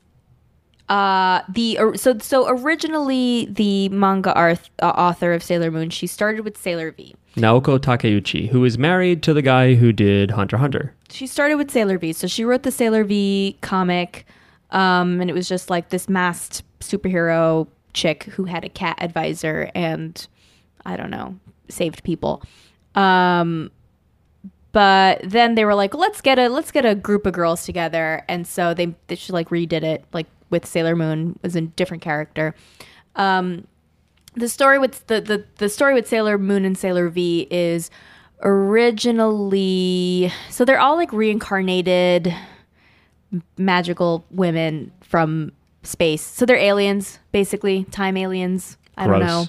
Speaker 3: uh the or- so so originally the manga arth, uh, author of Sailor Moon she started with Sailor V.
Speaker 2: Naoko Takeuchi, who is married to the guy who did Hunter x Hunter.
Speaker 3: she started with Sailor V. So she wrote the Sailor V comic, um, and it was just like this masked superhero chick who had a cat advisor and I don't know saved people. Um, but then they were like, let's get a let's get a group of girls together, and so they, they she like redid it like with Sailor Moon was a different character. Um, the story with the, the the story with Sailor Moon and Sailor V is originally so they're all like reincarnated m- magical women from space. So they're aliens, basically time aliens. I don't know.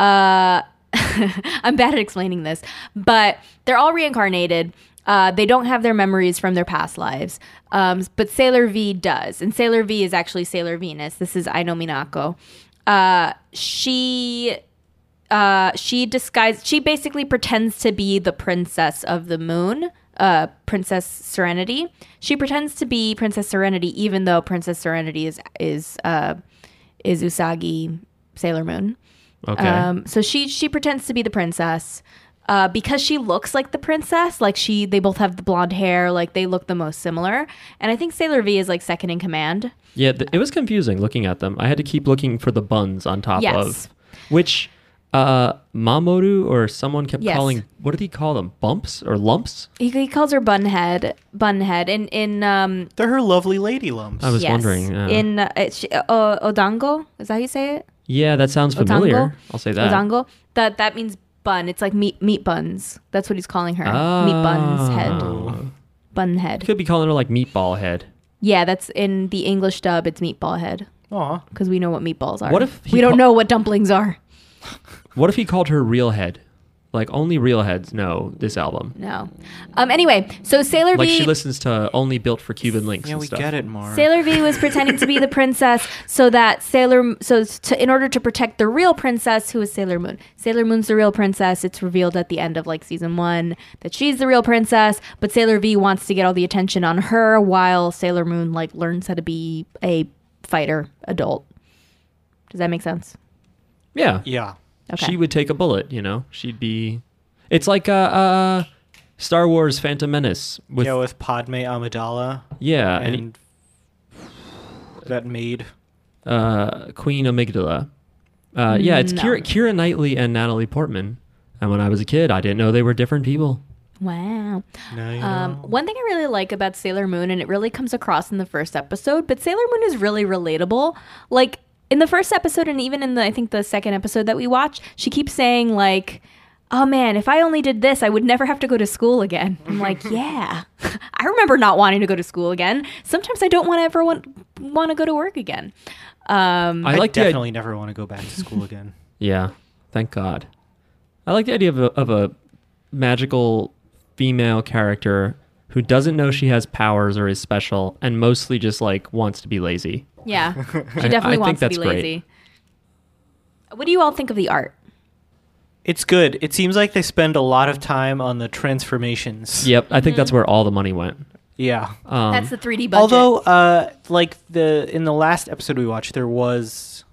Speaker 2: Gross.
Speaker 3: Uh, I'm bad at explaining this, but they're all reincarnated. Uh, they don't have their memories from their past lives, um, but Sailor V does, and Sailor V is actually Sailor Venus. This is Aino Minako. Uh, she uh, she disguised. She basically pretends to be the princess of the moon, uh, Princess Serenity. She pretends to be Princess Serenity, even though Princess Serenity is is uh, is Usagi Sailor Moon.
Speaker 2: Okay.
Speaker 3: Um, so she she pretends to be the princess uh, because she looks like the princess. Like she, they both have the blonde hair. Like they look the most similar. And I think Sailor V is like second in command.
Speaker 2: yeah, th- it was confusing looking at them. I had to keep looking for the buns on top
Speaker 3: Yes.
Speaker 2: of which uh Mamoru or someone kept
Speaker 3: Yes.
Speaker 2: calling what did he call them? Bumps or lumps?
Speaker 3: He, he calls her Bunhead. Bunhead. In in um
Speaker 4: They're her lovely lady lumps.
Speaker 2: I was
Speaker 3: yes.
Speaker 2: wondering. yeah.
Speaker 3: in uh, it's- uh, Odango. Is that how you say it?
Speaker 2: yeah, that sounds familiar.
Speaker 3: Odango?
Speaker 2: I'll say that.
Speaker 3: Odango. That that means bun. It's like meat meat buns. That's what he's calling her. Meat buns head.
Speaker 2: Oh.
Speaker 3: Bun head.
Speaker 2: Could be calling her like meatball head.
Speaker 3: Yeah, that's in the English dub. It's meatball head.
Speaker 4: Aw.
Speaker 3: because we know what meatballs are.
Speaker 2: What if he
Speaker 3: we
Speaker 2: ca-
Speaker 3: don't know what dumplings are?
Speaker 2: What if he called her real head? Like only real heads know this album.
Speaker 3: No. Um. Anyway, so Sailor
Speaker 2: Like
Speaker 3: V.
Speaker 2: she listens to only built for Cuban links
Speaker 4: Yeah,
Speaker 2: and
Speaker 4: we
Speaker 2: stuff.
Speaker 4: get it, Mara.
Speaker 3: Sailor V was pretending to be the princess so that Sailor so to, in order to protect the real princess who is Sailor Moon. Sailor Moon's the real princess. It's revealed at the end of like season 1 that she's the real princess, but Sailor V wants to get all the attention on her while Sailor Moon like learns how to be a fighter adult. Does that make sense?
Speaker 2: Yeah.
Speaker 4: yeah.
Speaker 3: Okay.
Speaker 2: she would take a bullet. You know, she'd be. It's like uh, uh Star Wars: Phantom Menace with
Speaker 4: yeah,
Speaker 2: yeah,
Speaker 4: with Padme Amidala
Speaker 2: and,
Speaker 4: and that maid.
Speaker 2: uh, Queen Amygdala. Uh, yeah, it's Kira, Kira Knightley and Natalie Portman. And when I was a kid, I didn't know they were different people.
Speaker 3: wow.
Speaker 4: No, you
Speaker 3: Um,
Speaker 4: know.
Speaker 3: one thing I really like about Sailor Moon, and it really comes across in the first episode, but Sailor Moon is really relatable. Like in the first episode, and even in the I think the second episode that we watched, she keeps saying like, "Oh man, if I only did this, I would never have to go to school again." I'm like, "Yeah, I remember not wanting to go to school again. Sometimes I don't want to ever want want to go to work again." Um,
Speaker 2: I,
Speaker 4: I
Speaker 2: like the idea.
Speaker 4: definitely never want to go back to school again.
Speaker 2: Yeah, thank God. I like the idea of a, of a magical female character who doesn't know she has powers or is special, and mostly just like wants to be lazy.
Speaker 3: yeah, she definitely
Speaker 2: I think
Speaker 3: wants to
Speaker 2: that's
Speaker 3: be
Speaker 2: great.
Speaker 3: lazy. What do you all think of the art?
Speaker 4: It's good. It seems like they spend a lot of time on the transformations.
Speaker 2: Yep, I think that's where all the money went.
Speaker 4: Yeah.
Speaker 2: Um,
Speaker 3: that's the 3D budget.
Speaker 4: Although, uh, like the in the last episode we watched, there was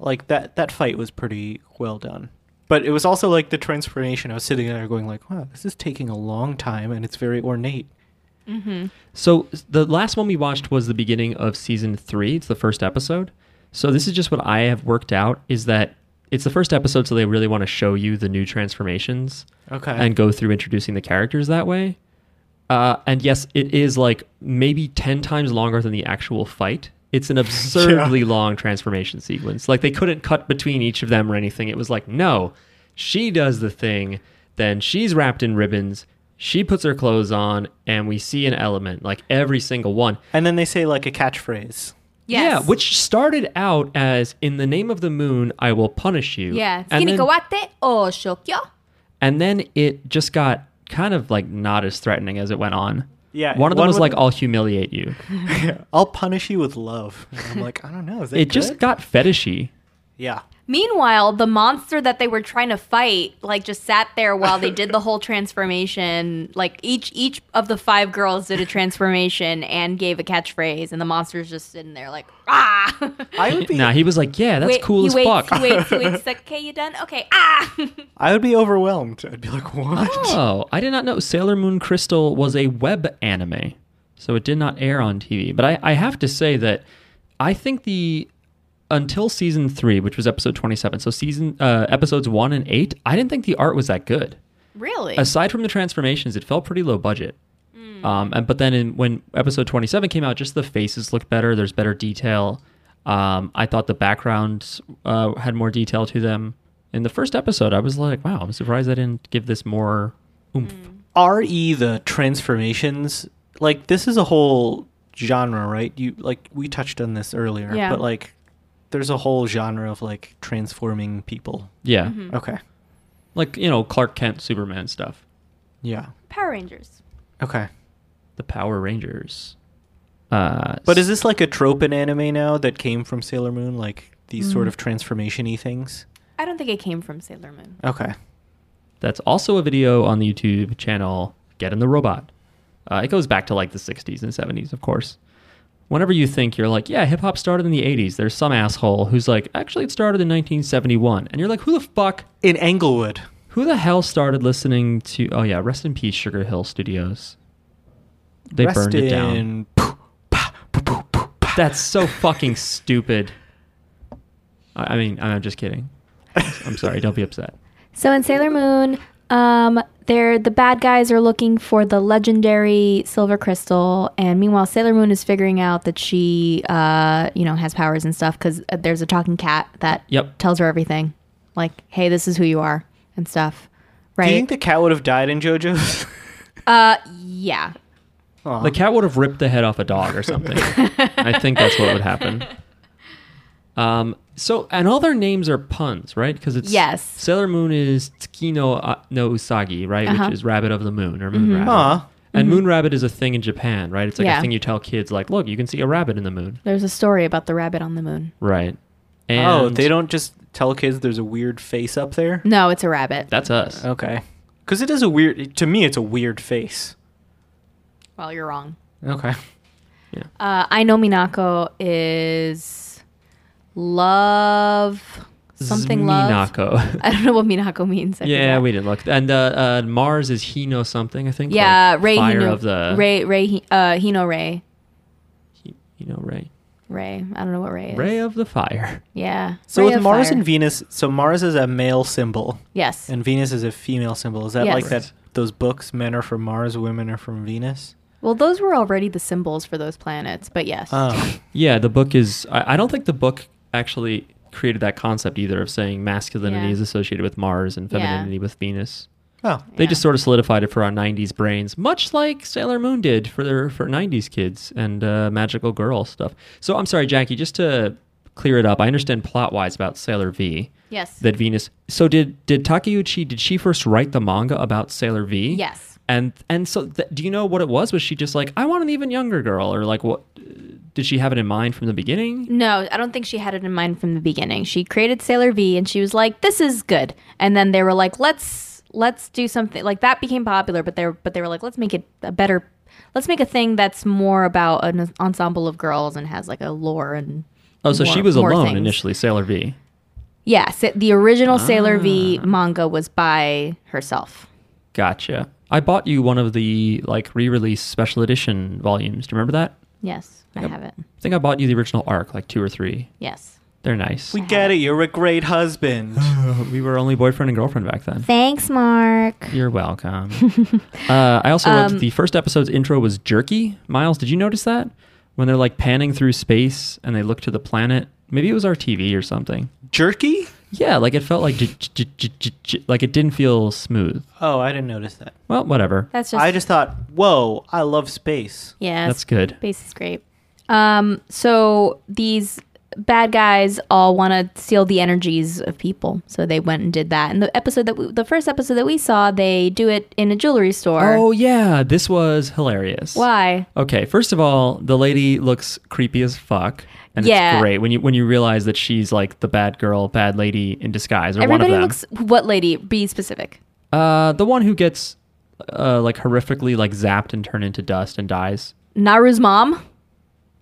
Speaker 4: like that that fight was pretty well done. But it was also like the transformation. I was sitting there going like, "Wow, this is taking a long time, and it's very ornate."
Speaker 2: So s- the last one we watched was the beginning of season three. It's the first episode. So this is just what I have worked out is that it's the first episode, so they really want to show you the new transformations
Speaker 4: Okay.
Speaker 2: and go through introducing the characters that way. Uh, and yes, it is like maybe ten times longer than the actual fight. It's an absurdly long transformation sequence. Like they couldn't cut between each of them or anything. It was like, no, she does the thing, then she's wrapped in ribbons, she puts her clothes on, and we see an element, like every single one.
Speaker 4: And then they say like a catchphrase.
Speaker 2: Yeah, which started out as in the name of the moon, I will punish you.
Speaker 3: Yeah. oh,
Speaker 2: And then-
Speaker 6: Kinikawate o shokyo.
Speaker 2: and then it just got kind of like not as threatening as it went on.
Speaker 4: Yeah,
Speaker 2: one of them
Speaker 4: one
Speaker 2: was
Speaker 4: with-
Speaker 2: like, "I'll humiliate you."
Speaker 4: I'll punish you with love. And I'm like, I don't know. Is that
Speaker 2: It just
Speaker 4: good?
Speaker 2: got fetishy.
Speaker 4: yeah.
Speaker 3: Meanwhile, the monster that they were trying to fight, like, just sat there while they did the whole transformation. Like each each of the five girls did a transformation and gave a catchphrase, and the monster's just sitting there like, ah.
Speaker 4: I would be
Speaker 2: Nah, he was like, "Yeah, that's cool
Speaker 3: he
Speaker 2: as
Speaker 3: waits,
Speaker 2: fuck."
Speaker 3: He waits, he waits. Like, okay, you done? Okay, ah.
Speaker 4: I would be overwhelmed. I'd be like, "What?"
Speaker 2: oh, I did not know Sailor Moon Crystal was a web anime, so it did not air on TV. But I, I have to say that I think the until season three, which was episode twenty-seven, so season uh, episodes one and eight, I didn't think the art was that good.
Speaker 3: really?
Speaker 2: aside from the transformations, it felt pretty low budget. Um, and but then in, when episode twenty seven came out, just the faces looked better. There's better detail. Um, I thought the backgrounds uh, had more detail to them. In the first episode, I was like, "Wow, I'm surprised I didn't give this more oomph."
Speaker 4: re E the transformations like this is a whole genre right you like we touched on this earlier
Speaker 3: Yeah.
Speaker 4: but like there's a whole genre of like transforming people
Speaker 2: Yeah,
Speaker 4: okay
Speaker 2: like you know Clark Kent, Superman stuff,
Speaker 4: yeah
Speaker 3: Power Rangers.
Speaker 4: okay
Speaker 2: the Power Rangers. Uh,
Speaker 4: but is this like a trope in anime now that came from sailor moon like these sort of transformation-y things
Speaker 3: I don't think it came from Sailor Moon.
Speaker 4: okay
Speaker 2: That's also a video on the YouTube channel Get in the Robot. Uh, it goes back to like the 60s and 70s, of course. Whenever you think you're like, yeah, hip hop started in the 80s, there's some asshole who's like, actually, it started in 1971. And you're like, who the fuck?
Speaker 4: in Englewood.
Speaker 2: Who the hell started listening to. Oh, yeah, rest in peace, Sugar Hill Studios. They
Speaker 4: Rest
Speaker 2: burned it down.
Speaker 4: in- Pooh, pa, poo, poo, poo, pa.
Speaker 2: That's so fucking stupid. I I mean, I'm just kidding. I'm sorry. Don't be upset.
Speaker 3: So in Sailor Moon, um, they're the bad guys are looking for the legendary silver crystal, and meanwhile Sailor Moon is figuring out that she, uh, you know, has powers and stuff because there's a talking cat that
Speaker 2: Yep.
Speaker 3: tells her everything, like, hey, this is who you are and stuff, right?
Speaker 4: do you think the cat would have died in jojo's
Speaker 3: uh, yeah. Um,
Speaker 2: The cat would have ripped the head off a dog or something. I think that's what would happen. Um, so, and all their names are puns, right? Because it's
Speaker 3: Yes.
Speaker 2: Sailor Moon is Tsukino no, uh, no Usagi, right?
Speaker 3: Uh-huh.
Speaker 2: Which is Rabbit of the Moon or Moon Rabbit.
Speaker 4: Huh.
Speaker 2: And Moon Rabbit is a thing in Japan, right? It's like a
Speaker 3: Mm-hmm. Yeah.
Speaker 2: thing you tell kids, like, look, you can see a rabbit in the moon,
Speaker 3: There's a story about the rabbit on the moon.
Speaker 2: right? And
Speaker 4: oh they don't just tell kids there's a weird face up there
Speaker 3: No, it's a rabbit.
Speaker 2: That's us.
Speaker 4: Okay. Because it is a weird. To me, it's a weird face.
Speaker 3: Well, you're wrong.
Speaker 4: Okay.
Speaker 3: Uh, I know Minako is love something love.
Speaker 2: Minako.
Speaker 3: I don't know what Minako means. I
Speaker 2: yeah,
Speaker 3: forget.
Speaker 2: we didn't look. And uh, uh, Mars is Hino something, I think.
Speaker 3: Yeah,
Speaker 2: like
Speaker 3: Ray
Speaker 2: Fire
Speaker 3: Hino,
Speaker 2: of the
Speaker 3: Ray Ray Hi- uh Hino Ray
Speaker 2: You know, Ray.
Speaker 3: Ray. I don't know what Ray is.
Speaker 2: Ray of the Fire.
Speaker 3: Yeah.
Speaker 4: So
Speaker 3: Ray
Speaker 4: with
Speaker 3: of
Speaker 4: Mars
Speaker 3: fire.
Speaker 4: and Venus, so Mars is a male symbol
Speaker 3: yes,
Speaker 4: and Venus is a female symbol. Is that
Speaker 3: Yes.
Speaker 4: like that? Those books, men are from Mars, women are from Venus.
Speaker 3: well, those were already the symbols for those planets, but yes,
Speaker 4: Oh,
Speaker 2: Yeah, the
Speaker 3: Mm-hmm.
Speaker 2: book is. I, I don't think the book actually created that concept either of saying masculinity
Speaker 3: Yeah.
Speaker 2: is associated with Mars and
Speaker 3: Yeah.
Speaker 2: femininity with Venus.
Speaker 4: oh,
Speaker 2: They
Speaker 3: Yeah.
Speaker 2: just sort of solidified it for our '90s brains, much like Sailor Moon did for their for '90s kids and uh, magical girl stuff. So I'm sorry, Jackie, just to clear it up, I understand plot wise about Sailor V
Speaker 3: yes,
Speaker 2: that Venus. So did did Takeuchi? Did she first write the manga about Sailor V?
Speaker 3: yes.
Speaker 2: And and so th- do you know what it was? Was she just like I want an even younger girl, or like what? Did she have it in mind from the beginning?
Speaker 3: No, I don't think she had it in mind from the beginning. She created Sailor V, and she was like, "This is good," and then they were like, "Let's let's do something." Like that became popular, but they were, but they were like, "Let's make it a better." Let's make a thing that's more about an ensemble of girls and has like a lore and
Speaker 2: Oh, so she
Speaker 3: more-
Speaker 2: was
Speaker 3: more
Speaker 2: alone
Speaker 3: things.
Speaker 2: initially, Sailor V.
Speaker 3: Yes, it- the original Sailor V
Speaker 2: Ah.
Speaker 3: manga was by herself.
Speaker 2: Gotcha. I bought you one of the like re-release special edition volumes. Do you remember that?
Speaker 3: Yes, I have it.
Speaker 2: I think I bought you the original arc, like two or three.
Speaker 3: Yes.
Speaker 2: They're nice.
Speaker 4: We get it. You're a great husband.
Speaker 2: We were only boyfriend and girlfriend back then.
Speaker 3: Thanks, Mark.
Speaker 2: You're welcome. uh, I also
Speaker 3: Um,
Speaker 2: loved the first episode's intro was jerky. Miles, did you notice that? When they're like panning through space and they look to the planet, maybe it was our TV or something.
Speaker 4: Jerky?
Speaker 2: Yeah, like it felt like j- j- j- j- j- like it didn't feel smooth.
Speaker 4: Oh, I didn't notice that.
Speaker 2: Well, whatever.
Speaker 3: That's just
Speaker 4: I just thought, whoa, I love space.
Speaker 3: yeah.
Speaker 2: That's good.
Speaker 3: Base is great. Um, so these bad guys all want to steal the energies of people, so they went and did that. And the episode that we, the first episode that we saw, they do it in a jewelry store.
Speaker 2: Oh yeah, this was hilarious.
Speaker 3: Why?
Speaker 2: Okay, first of all, the lady looks creepy as fuck, and
Speaker 3: Yeah.
Speaker 2: it's great when you when you realize that she's like the bad girl, bad lady in disguise, or
Speaker 3: Everybody
Speaker 2: one of them.
Speaker 3: looks. What lady? Be specific.
Speaker 2: uh, the one who gets uh, like horrifically like zapped and turned into dust and dies.
Speaker 3: Naru's mom,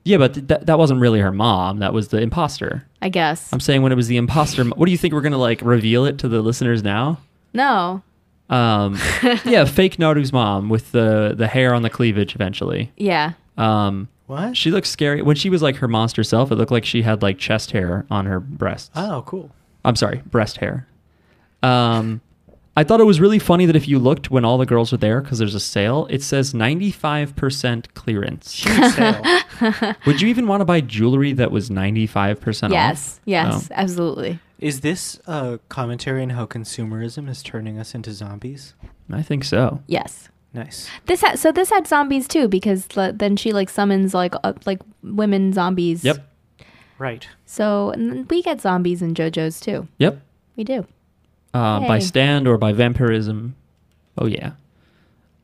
Speaker 2: Yeah, but th- that- that wasn't really her mom. That was the imposter.
Speaker 3: I guess.
Speaker 2: I'm saying when it was the imposter. What do you think we're gonna like reveal it to the listeners now?
Speaker 3: no.
Speaker 2: Um, yeah, fake Naru's mom with the the hair on the cleavage eventually.
Speaker 3: Yeah.
Speaker 2: Um,
Speaker 4: What?
Speaker 2: She looked scary when she was like her monster self. It looked like she had like chest hair on her breasts.
Speaker 4: Oh, cool.
Speaker 2: I'm sorry, breast hair. Um, I thought it was really funny that if you looked when all the girls were there because there's a sale, it says 95% clearance.
Speaker 4: Huge sale.
Speaker 2: Would you even want to buy jewelry that was 95%
Speaker 3: Yes.
Speaker 2: off?
Speaker 3: Yes.
Speaker 2: Oh.
Speaker 3: Absolutely.
Speaker 4: Is this a commentary on how consumerism is turning us into zombies?
Speaker 2: Oh, I think so.
Speaker 3: Yes.
Speaker 4: Nice.
Speaker 3: This had so this had zombies too because le- then she like summons like uh, like women zombies.
Speaker 2: Yep.
Speaker 4: Right.
Speaker 3: So and we get zombies in JoJo's too.
Speaker 2: Yep.
Speaker 3: We do.
Speaker 2: uh, by
Speaker 3: Yay.
Speaker 2: stand or by vampirism. Oh yeah.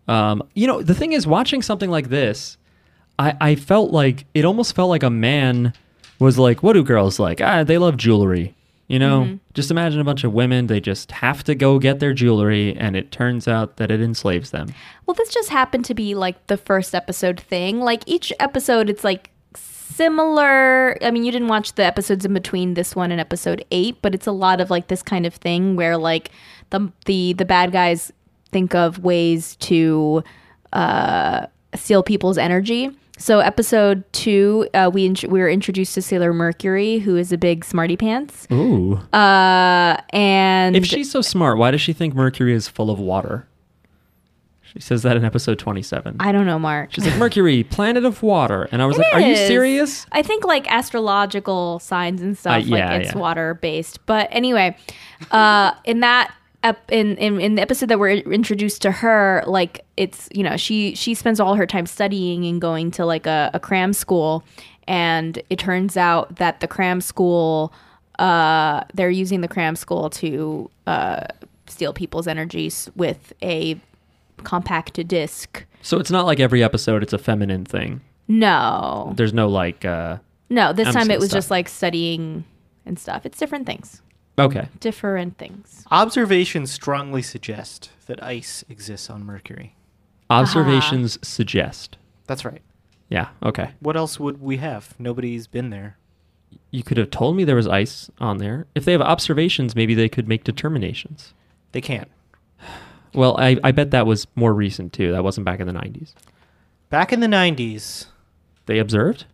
Speaker 2: Um, you know the thing is, watching something like this, I, I felt like it almost felt like a man was like, "What do girls like? Ah, they love jewelry." You know,
Speaker 3: Mm-hmm.
Speaker 2: just imagine a bunch of women. They just have to go get their jewelry, and it turns out that it enslaves them.
Speaker 3: Well, this just happened to be like the first episode thing. Like each episode, it's like similar. I mean, you didn't watch the episodes in between this one and episode eight, but it's a lot of like this kind of thing where like the the the bad guys think of ways to uh, steal people's energy. So episode two, uh, we int- we were introduced to Sailor Mercury, who is a big smarty pants,
Speaker 2: Ooh!
Speaker 3: and
Speaker 2: Mm-hmm. if she's so smart, why does she think Mercury is full of water? She says that in episode twenty-seven.
Speaker 3: I don't know, Mark.
Speaker 2: She's like, "Mercury, planet of water," and I was
Speaker 3: It
Speaker 2: like, "Are you
Speaker 3: is.
Speaker 2: serious?"
Speaker 3: I think like astrological signs and stuff,
Speaker 2: Uh, yeah,
Speaker 3: like it's
Speaker 2: yeah.
Speaker 3: water based. But anyway, uh, in that ep- in, in in the episode that we're introduced to her, like it's you know she she spends all her time studying and going to like a, a cram school, and it turns out that the cram school uh, they're using the cram school to uh, steal people's energies with a compact disc.
Speaker 2: So it's not like every episode it's a feminine thing.
Speaker 3: No,
Speaker 2: There's no like uh
Speaker 3: No, this
Speaker 2: I'm
Speaker 3: time
Speaker 2: seeing
Speaker 3: it was
Speaker 2: stuff.
Speaker 3: just like studying and stuff. It's different things.
Speaker 2: okay.
Speaker 3: Different things.
Speaker 4: Observations strongly suggest that ice exists on Mercury.
Speaker 2: Observations suggest.
Speaker 4: That's right.
Speaker 2: Yeah, okay.
Speaker 4: What else would we have? Nobody's been there.
Speaker 2: You could have told me there was ice on there. If they have observations, maybe they could make determinations.
Speaker 4: They can't.
Speaker 2: Well, I, I bet that was more recent too. That wasn't back in the 90s.
Speaker 4: Back in the 90s,
Speaker 2: They observed?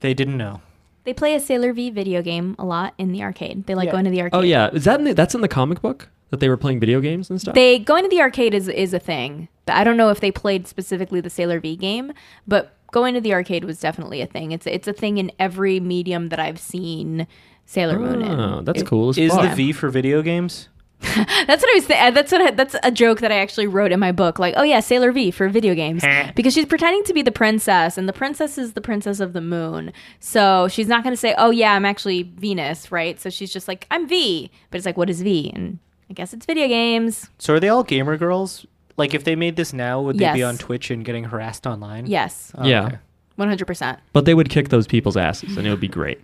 Speaker 4: they didn't know.
Speaker 3: They play a Sailor V video game a lot in the arcade. They like
Speaker 4: Yeah.
Speaker 3: going to the arcade.
Speaker 2: Oh yeah, is that in the, that's in the comic book that they were playing video games and stuff?
Speaker 3: They going to the arcade is is a thing. But I don't know if they played specifically the Sailor V game, but going to the arcade was definitely a thing. It's it's a thing in every medium that I've seen Sailor Moon in.
Speaker 2: oh, that's cool as
Speaker 4: Is
Speaker 2: fuck.
Speaker 4: the V for video games?
Speaker 3: That's what I was. Th- that's what. I, that's a joke that I actually wrote in my book. Like, oh yeah, Sailor V for video games because she's pretending to be the princess, and the princess is the princess of the moon. So she's not going to say, oh yeah, I'm actually Venus, right? So she's just like, I'm V, but it's like, what is V? And I guess it's video games.
Speaker 4: So are they all gamer girls? Like if they made this now, would they be
Speaker 3: Yes.
Speaker 4: on Twitch and getting harassed online?
Speaker 3: Yes,
Speaker 4: Oh,
Speaker 2: yeah.
Speaker 4: okay.
Speaker 3: one hundred percent. But
Speaker 2: But they would kick those people's asses and it would be great.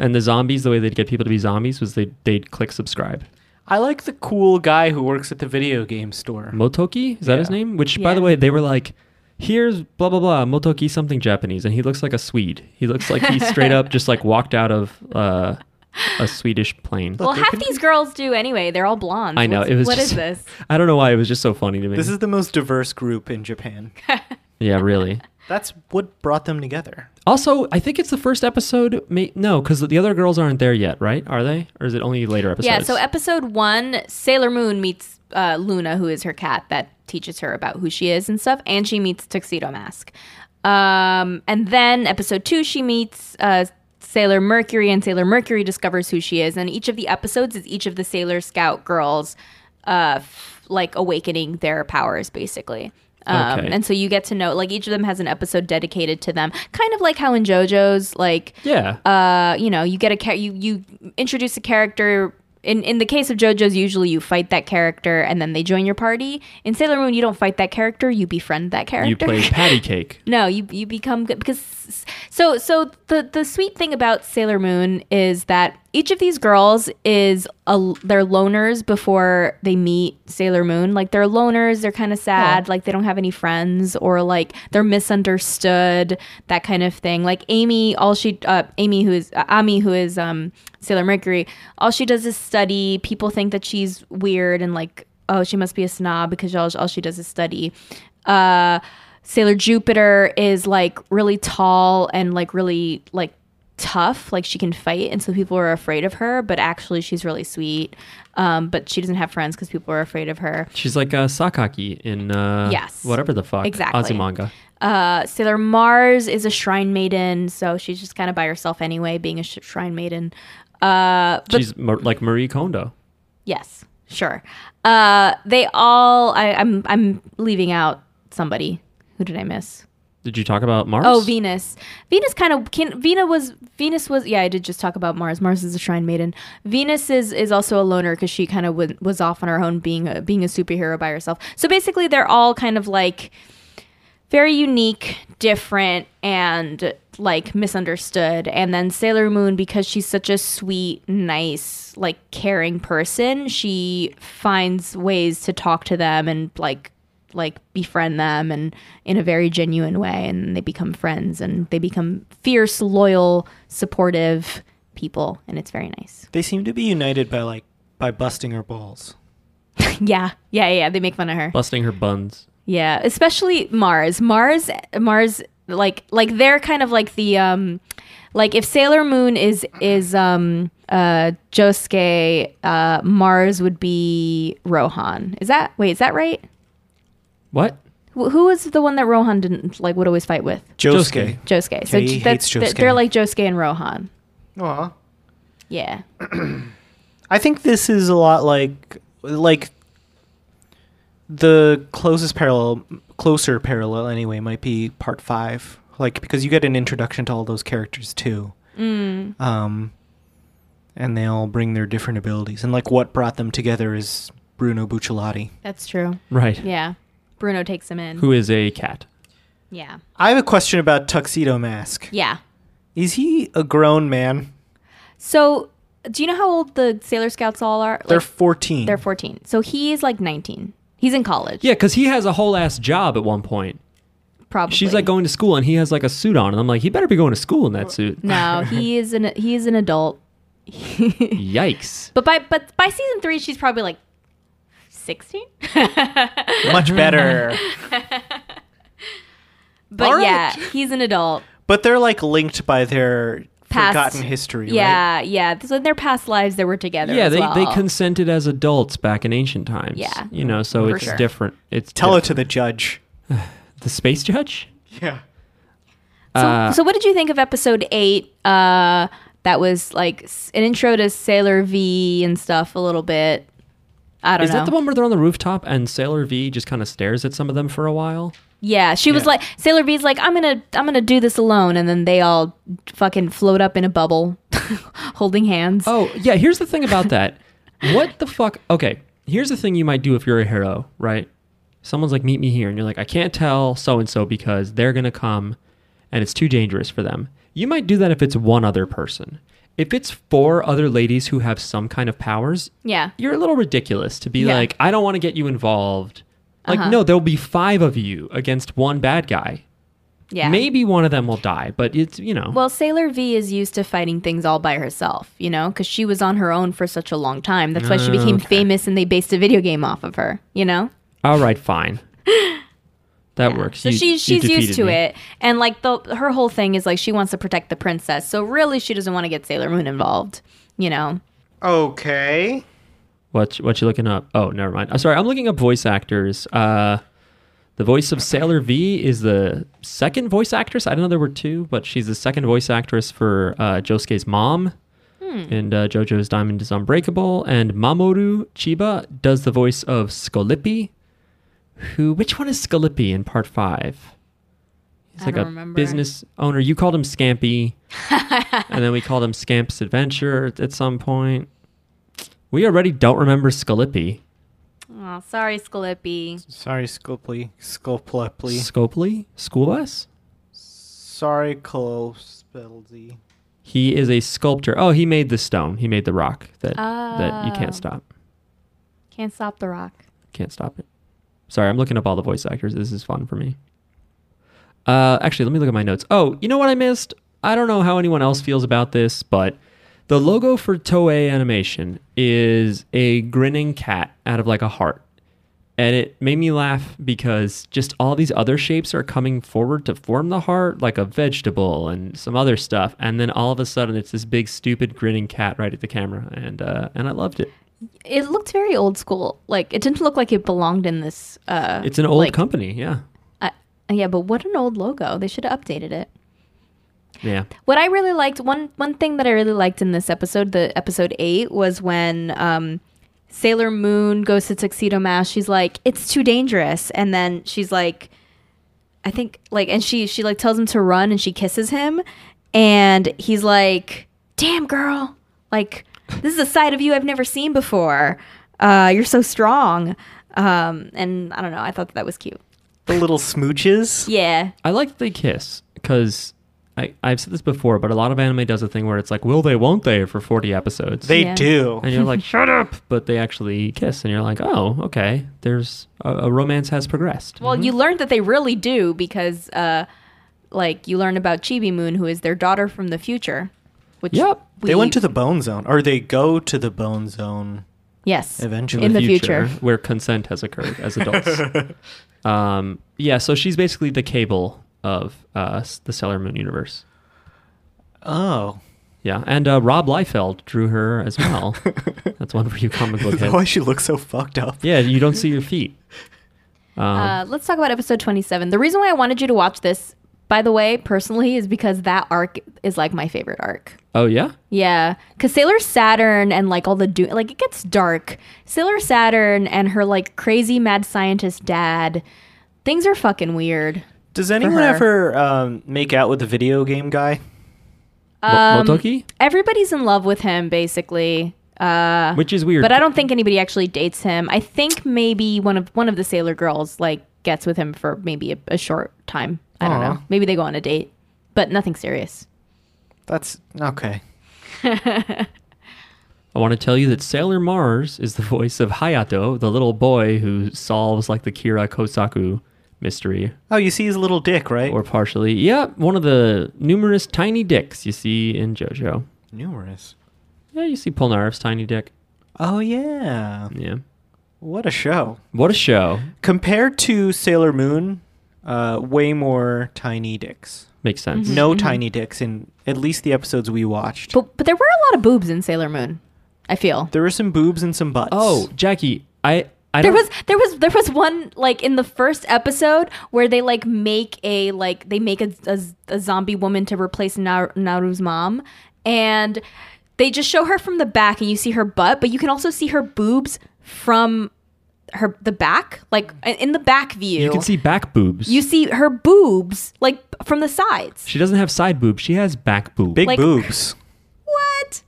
Speaker 2: and the zombies, the way they'd get people to be zombies was they they'd click subscribe.
Speaker 4: I like the cool guy who works at the video game store.
Speaker 2: Motoki, is that his
Speaker 4: Yeah.
Speaker 2: name? Which, by the
Speaker 3: Yeah.
Speaker 2: way, they were like, here's blah, blah, blah, Motoki something Japanese. And he looks like a Swede. He looks like he straight up just like walked out of uh, a Swedish plane.
Speaker 3: well,
Speaker 4: they
Speaker 3: half
Speaker 4: can-
Speaker 3: these girls do anyway. They're all blonde.
Speaker 2: I know it was.
Speaker 3: What
Speaker 2: just,
Speaker 3: is this?
Speaker 2: I don't know why it was just so funny to me.
Speaker 4: This is the most diverse group in Japan.
Speaker 2: yeah, really.
Speaker 4: That's what brought them together.
Speaker 2: Also, I think it's the first episode. May, no, because the other girls aren't there yet, right? Are they? Or is it only later episodes?
Speaker 3: Yeah. So episode one, Sailor Moon meets uh, Luna, who is her cat that teaches her about who she is and stuff, and she meets Tuxedo Mask. Um, and then episode two, she meets uh, Sailor Mercury, and Sailor Mercury discovers who she is. And each of the episodes is each of the Sailor Scout girls, uh, f- like awakening their powers, basically. Um,
Speaker 2: Okay.
Speaker 3: And so you get to know, like, each of them has an episode dedicated to them, kind of like how in JoJo's, like,
Speaker 2: yeah,
Speaker 3: uh, you know, you get a char- you you introduce a character. In in the case of JoJo's, usually you fight that character and then they join your party. In Sailor Moon, you don't fight that character; you befriend that character.
Speaker 2: you play patty cake.
Speaker 3: No, you you become good because so so the the sweet thing about Sailor Moon is that each of these girls is a they're loners before they meet Sailor Moon. Like they're loners, they're kind of sad, like they don't have any friends or like they're misunderstood, that kind of thing. Like Amy, all she uh, Amy who is uh, Ami who is um Sailor Mercury, all she does is study. People think that she's weird and like oh she must be a snob because all, all she does is study. Uh Sailor Jupiter is like really tall and like really like tough, like she can fight, and so people are afraid of her. But actually, she's really sweet. Um, but she doesn't have friends because people are afraid of her.
Speaker 2: She's like uh, Sakaki in uh,
Speaker 3: Yes.
Speaker 2: whatever the fuck
Speaker 3: Exactly.
Speaker 2: Azumanga.
Speaker 3: Uh, Sailor Mars is a shrine maiden, so she's just kind of by herself anyway, being a sh- shrine maiden. Uh, but
Speaker 2: She's mar- like Marie Kondo.
Speaker 3: yes, sure. Uh, they all. I, I'm I'm leaving out somebody. Who did I miss?
Speaker 2: Did you talk about Mars?
Speaker 3: Oh, Venus. Venus kind of can. Venus was. Venus was. Yeah, I did just talk about Mars. Mars is a shrine maiden. Venus is is also a loner because she kind of w- was off on her own, being a, being a superhero by herself. So basically, they're all kind of like very unique, different, and like misunderstood. And then Sailor Moon, because she's such a sweet, nice, like caring person, she finds ways to talk to them and like like befriend them and in a very genuine way and they become friends and they become fierce, loyal, supportive people and it's very nice.
Speaker 4: They seem to be united by like by busting her balls.
Speaker 3: yeah. Yeah, yeah, they make fun of her.
Speaker 2: busting her buns.
Speaker 3: Yeah, especially Mars. Mars Mars like like they're kind of like the um like if Sailor Moon is is um uh Josuke, uh Mars would be Rohan. Is that wait, is that right?
Speaker 2: What?
Speaker 3: Wh- Who was the one that Rohan didn't like would always fight with?
Speaker 2: Josuke.
Speaker 4: Josuke.
Speaker 3: Josuke. So
Speaker 4: He
Speaker 3: j-
Speaker 4: hates
Speaker 3: that's th-
Speaker 4: Josuke.
Speaker 3: they're like Josuke and Rohan.
Speaker 4: Aw.
Speaker 3: Yeah.
Speaker 4: I think this is a lot like like the closest parallel closer parallel anyway might be part 5 like because you get an introduction to all those characters too. Mm. Um and they all bring their different abilities and like what brought them together is Bruno Bucciolati.
Speaker 3: That's true.
Speaker 2: Right.
Speaker 3: Yeah. Bruno takes him in.
Speaker 2: Who is a cat?
Speaker 3: Yeah.
Speaker 4: I have a question about Tuxedo Mask.
Speaker 3: Yeah.
Speaker 4: Is he a grown man?
Speaker 3: So do you know how old the Sailor Scouts all are?
Speaker 4: They're
Speaker 3: Like-
Speaker 4: 14.
Speaker 3: They're 14. So he is like 19. He's in college.
Speaker 2: Yeah, because he has a whole ass job at one point.
Speaker 3: probably.
Speaker 2: She's like going to school and he has like a suit on, and I'm like, he better be going to school in that suit.
Speaker 3: No, he is an he is an adult.
Speaker 2: Yikes.
Speaker 3: But by but by season three, she's probably like 16.
Speaker 4: much better.
Speaker 3: But
Speaker 4: All
Speaker 3: yeah, he's an adult.
Speaker 4: but they're like linked by their
Speaker 3: Past
Speaker 4: forgotten history, right?
Speaker 3: Yeah, yeah. So in their past lives, they were together.
Speaker 2: Yeah,
Speaker 3: as
Speaker 2: they,
Speaker 3: well.
Speaker 2: they consented as adults back in ancient times.
Speaker 3: Yeah.
Speaker 2: You know, so
Speaker 3: For
Speaker 2: it's
Speaker 3: sure.
Speaker 2: different. It's
Speaker 4: Tell
Speaker 2: different.
Speaker 4: it to the judge.
Speaker 2: the space judge?
Speaker 4: Yeah.
Speaker 3: So,
Speaker 2: Uh,
Speaker 3: so what did you think of episode eight? Uh, that was like s- an intro to Sailor V and stuff a little bit. I don't
Speaker 2: Is
Speaker 3: know.
Speaker 2: that the one where they're on the rooftop and Sailor V just kind of stares at some of them for a while?
Speaker 3: Yeah, she was
Speaker 4: Yeah.
Speaker 3: like Sailor V's like I'm gonna I'm gonna do this alone, and then they all fucking float up in a bubble, holding hands.
Speaker 2: Oh, yeah. Here's the thing about that. what the fuck? Okay. Here's the thing you might do if you're a hero, right? Someone's like, meet me here. And you're like, I can't tell so and so because they're going to come and it's too dangerous for them. You might do that if it's one other person. If it's four other ladies who have some kind of powers,
Speaker 3: Yeah,
Speaker 2: you're a little ridiculous to be
Speaker 3: Yeah. Uh-huh.
Speaker 2: like, I don't want to get you involved. Like, no, there'll be five of you against one bad guy.
Speaker 3: Yeah.
Speaker 2: Maybe one of them will die, but it's, you know.
Speaker 3: Well, Sailor V is used to fighting things all by herself, you know, because she was on her own for such a long time. That's why she became famous and they based a video game off of her, you know?
Speaker 2: All right, fine. That works.
Speaker 3: So
Speaker 2: You- you
Speaker 3: she's she's used
Speaker 2: defeated
Speaker 3: to
Speaker 2: me.
Speaker 3: it. And like the her whole thing is like she wants to protect the princess. So really she doesn't want to get Sailor Moon involved, you know?
Speaker 4: Okay.
Speaker 2: What what you looking up? Oh, never mind. I'm sorry. I'm looking up voice actors. Uh, the voice of Sailor V is the second voice actress. I don't know there were two, but she's the second voice actress for uh, Josuke's mom.
Speaker 3: Hmm.
Speaker 2: And uh, JoJo's Diamond is Unbreakable. And Mamoru Chiba does the voice of Scolippi. Who? Which one is Scolippi in Part Five? He's
Speaker 3: I
Speaker 2: like
Speaker 3: don't
Speaker 2: a
Speaker 3: remember.
Speaker 2: business owner. You called him Scampy, and then we called him Scamp's Adventure at- at some point. We already don't remember Scalippi.
Speaker 3: Oh, sorry, Scalippi.
Speaker 4: Sorry, Scopely. Scopleply.
Speaker 2: Scopely? School bus?
Speaker 4: Sorry, Clospelzy.
Speaker 2: He is a sculptor. Oh, he made the stone. He made the rock that that you
Speaker 3: Oh.
Speaker 2: can't stop.
Speaker 3: Can't stop the rock.
Speaker 2: Can't stop it. Sorry, I'm looking up all the voice actors. This is fun for me. Uh, actually, let me look at my notes. Oh, you know what I missed? I don't know how anyone else feels about this, but the logo for Toei Animation is a grinning cat out of like a heart. And it made me laugh because just all these other shapes are coming forward to form the heart, like a vegetable and some other stuff. And then all of a sudden, it's this big, stupid, grinning cat right at the camera. And, uh, and I loved it.
Speaker 3: It looked very old school. Like it didn't look like it belonged in this uh
Speaker 2: It's an old
Speaker 3: Like-
Speaker 2: company. Yeah.
Speaker 3: I, yeah, but what an old logo. They should have updated it.
Speaker 2: Yeah.
Speaker 3: What I really liked one one thing that I really liked in this episode, the episode eight, was when um, Sailor Moon goes to Tuxedo Mask. She's like, "It's too dangerous," and then she's like, "I think like," and she she like tells him to run, and she kisses him, and he's like, "Damn girl, like this is a side of you I've never seen before. Uh, you're so strong." Um, and I don't know. I thought that was cute.
Speaker 4: The little smooches.
Speaker 3: Yeah,
Speaker 2: I like that they kiss because I I've said this before, but a lot of anime does a thing where it's like, will they, won't they, for forty episodes.
Speaker 4: They
Speaker 3: Yeah.
Speaker 4: do.
Speaker 2: and you're like, shut up! But they actually kiss, and you're like, oh, okay. There's a, a romance has progressed.
Speaker 3: Well,
Speaker 4: Mm-hmm.
Speaker 3: you learned that they really do because, uh, like, you learn about Chibi Moon, who is their daughter from the future. Which
Speaker 2: Yep.
Speaker 4: They went to the bone zone, or they go to the bone zone
Speaker 3: yes
Speaker 4: eventually.
Speaker 3: in the future.
Speaker 2: where consent has occurred as adults. um, yeah. So she's basically the cable of uh, s- the Sailor Moon universe.
Speaker 4: oh,
Speaker 2: Yeah, and uh, Rob Liefeld drew her as well. That's one for you comic book
Speaker 4: why
Speaker 2: heads.
Speaker 4: she looks so fucked up?
Speaker 2: Yeah, you don't see your feet. Um,
Speaker 3: Uh, let's talk about episode twenty-seven. The reason why I wanted you to watch this, by the way, personally, is because that arc is like my favorite arc.
Speaker 2: oh yeah.
Speaker 3: Yeah, because Sailor Saturn and like all the do like it gets dark. Sailor Saturn and her like crazy mad scientist dad. Things are fucking weird.
Speaker 4: Does anyone
Speaker 3: her.
Speaker 4: ever um, make out with the video game guy?
Speaker 2: Mo-
Speaker 3: Um,
Speaker 2: Motoki?
Speaker 3: Everybody's in love with him, basically. Uh,
Speaker 2: which is weird.
Speaker 3: But I don't think anybody actually dates him. I think maybe one of one of the sailor girls like gets with him for maybe a, a short time. I don't
Speaker 4: Aw.
Speaker 3: know. Maybe they go on a date, but nothing serious.
Speaker 4: That's okay.
Speaker 2: I want to tell you that Sailor Mars is the voice of Hayato, the little boy who solves like the Kira Kosaku mystery,
Speaker 4: Oh, you see his little dick, right?
Speaker 2: or partially. Yeah, one of the numerous tiny dicks you see in JoJo.
Speaker 4: numerous.
Speaker 2: Yeah, you see Polnareff's tiny dick.
Speaker 4: Oh yeah,
Speaker 2: Yeah.
Speaker 4: what a show!
Speaker 2: What a show.
Speaker 4: Compared to Sailor Moon, uh, way more tiny dicks.
Speaker 2: Makes
Speaker 3: Mm-hmm.
Speaker 2: sense.
Speaker 4: No tiny dicks in at least the episodes we watched.
Speaker 3: But but there were a lot of boobs in Sailor Moon. I feel
Speaker 4: There were some boobs and some butts.
Speaker 2: Oh, Jackie, I I
Speaker 3: there
Speaker 2: don't-
Speaker 3: was there was there was one like in the first episode where they like make a like they make a, a, a zombie woman to replace Nar- Naru's mom and they just show her from the back and you see her butt but you can also see her boobs from her the back like in- in the back view
Speaker 2: you can see back boobs.
Speaker 3: you see her boobs like from the sides
Speaker 2: she doesn't have side boobs. She has back boobs.
Speaker 4: big
Speaker 3: like-
Speaker 4: boobs.
Speaker 3: what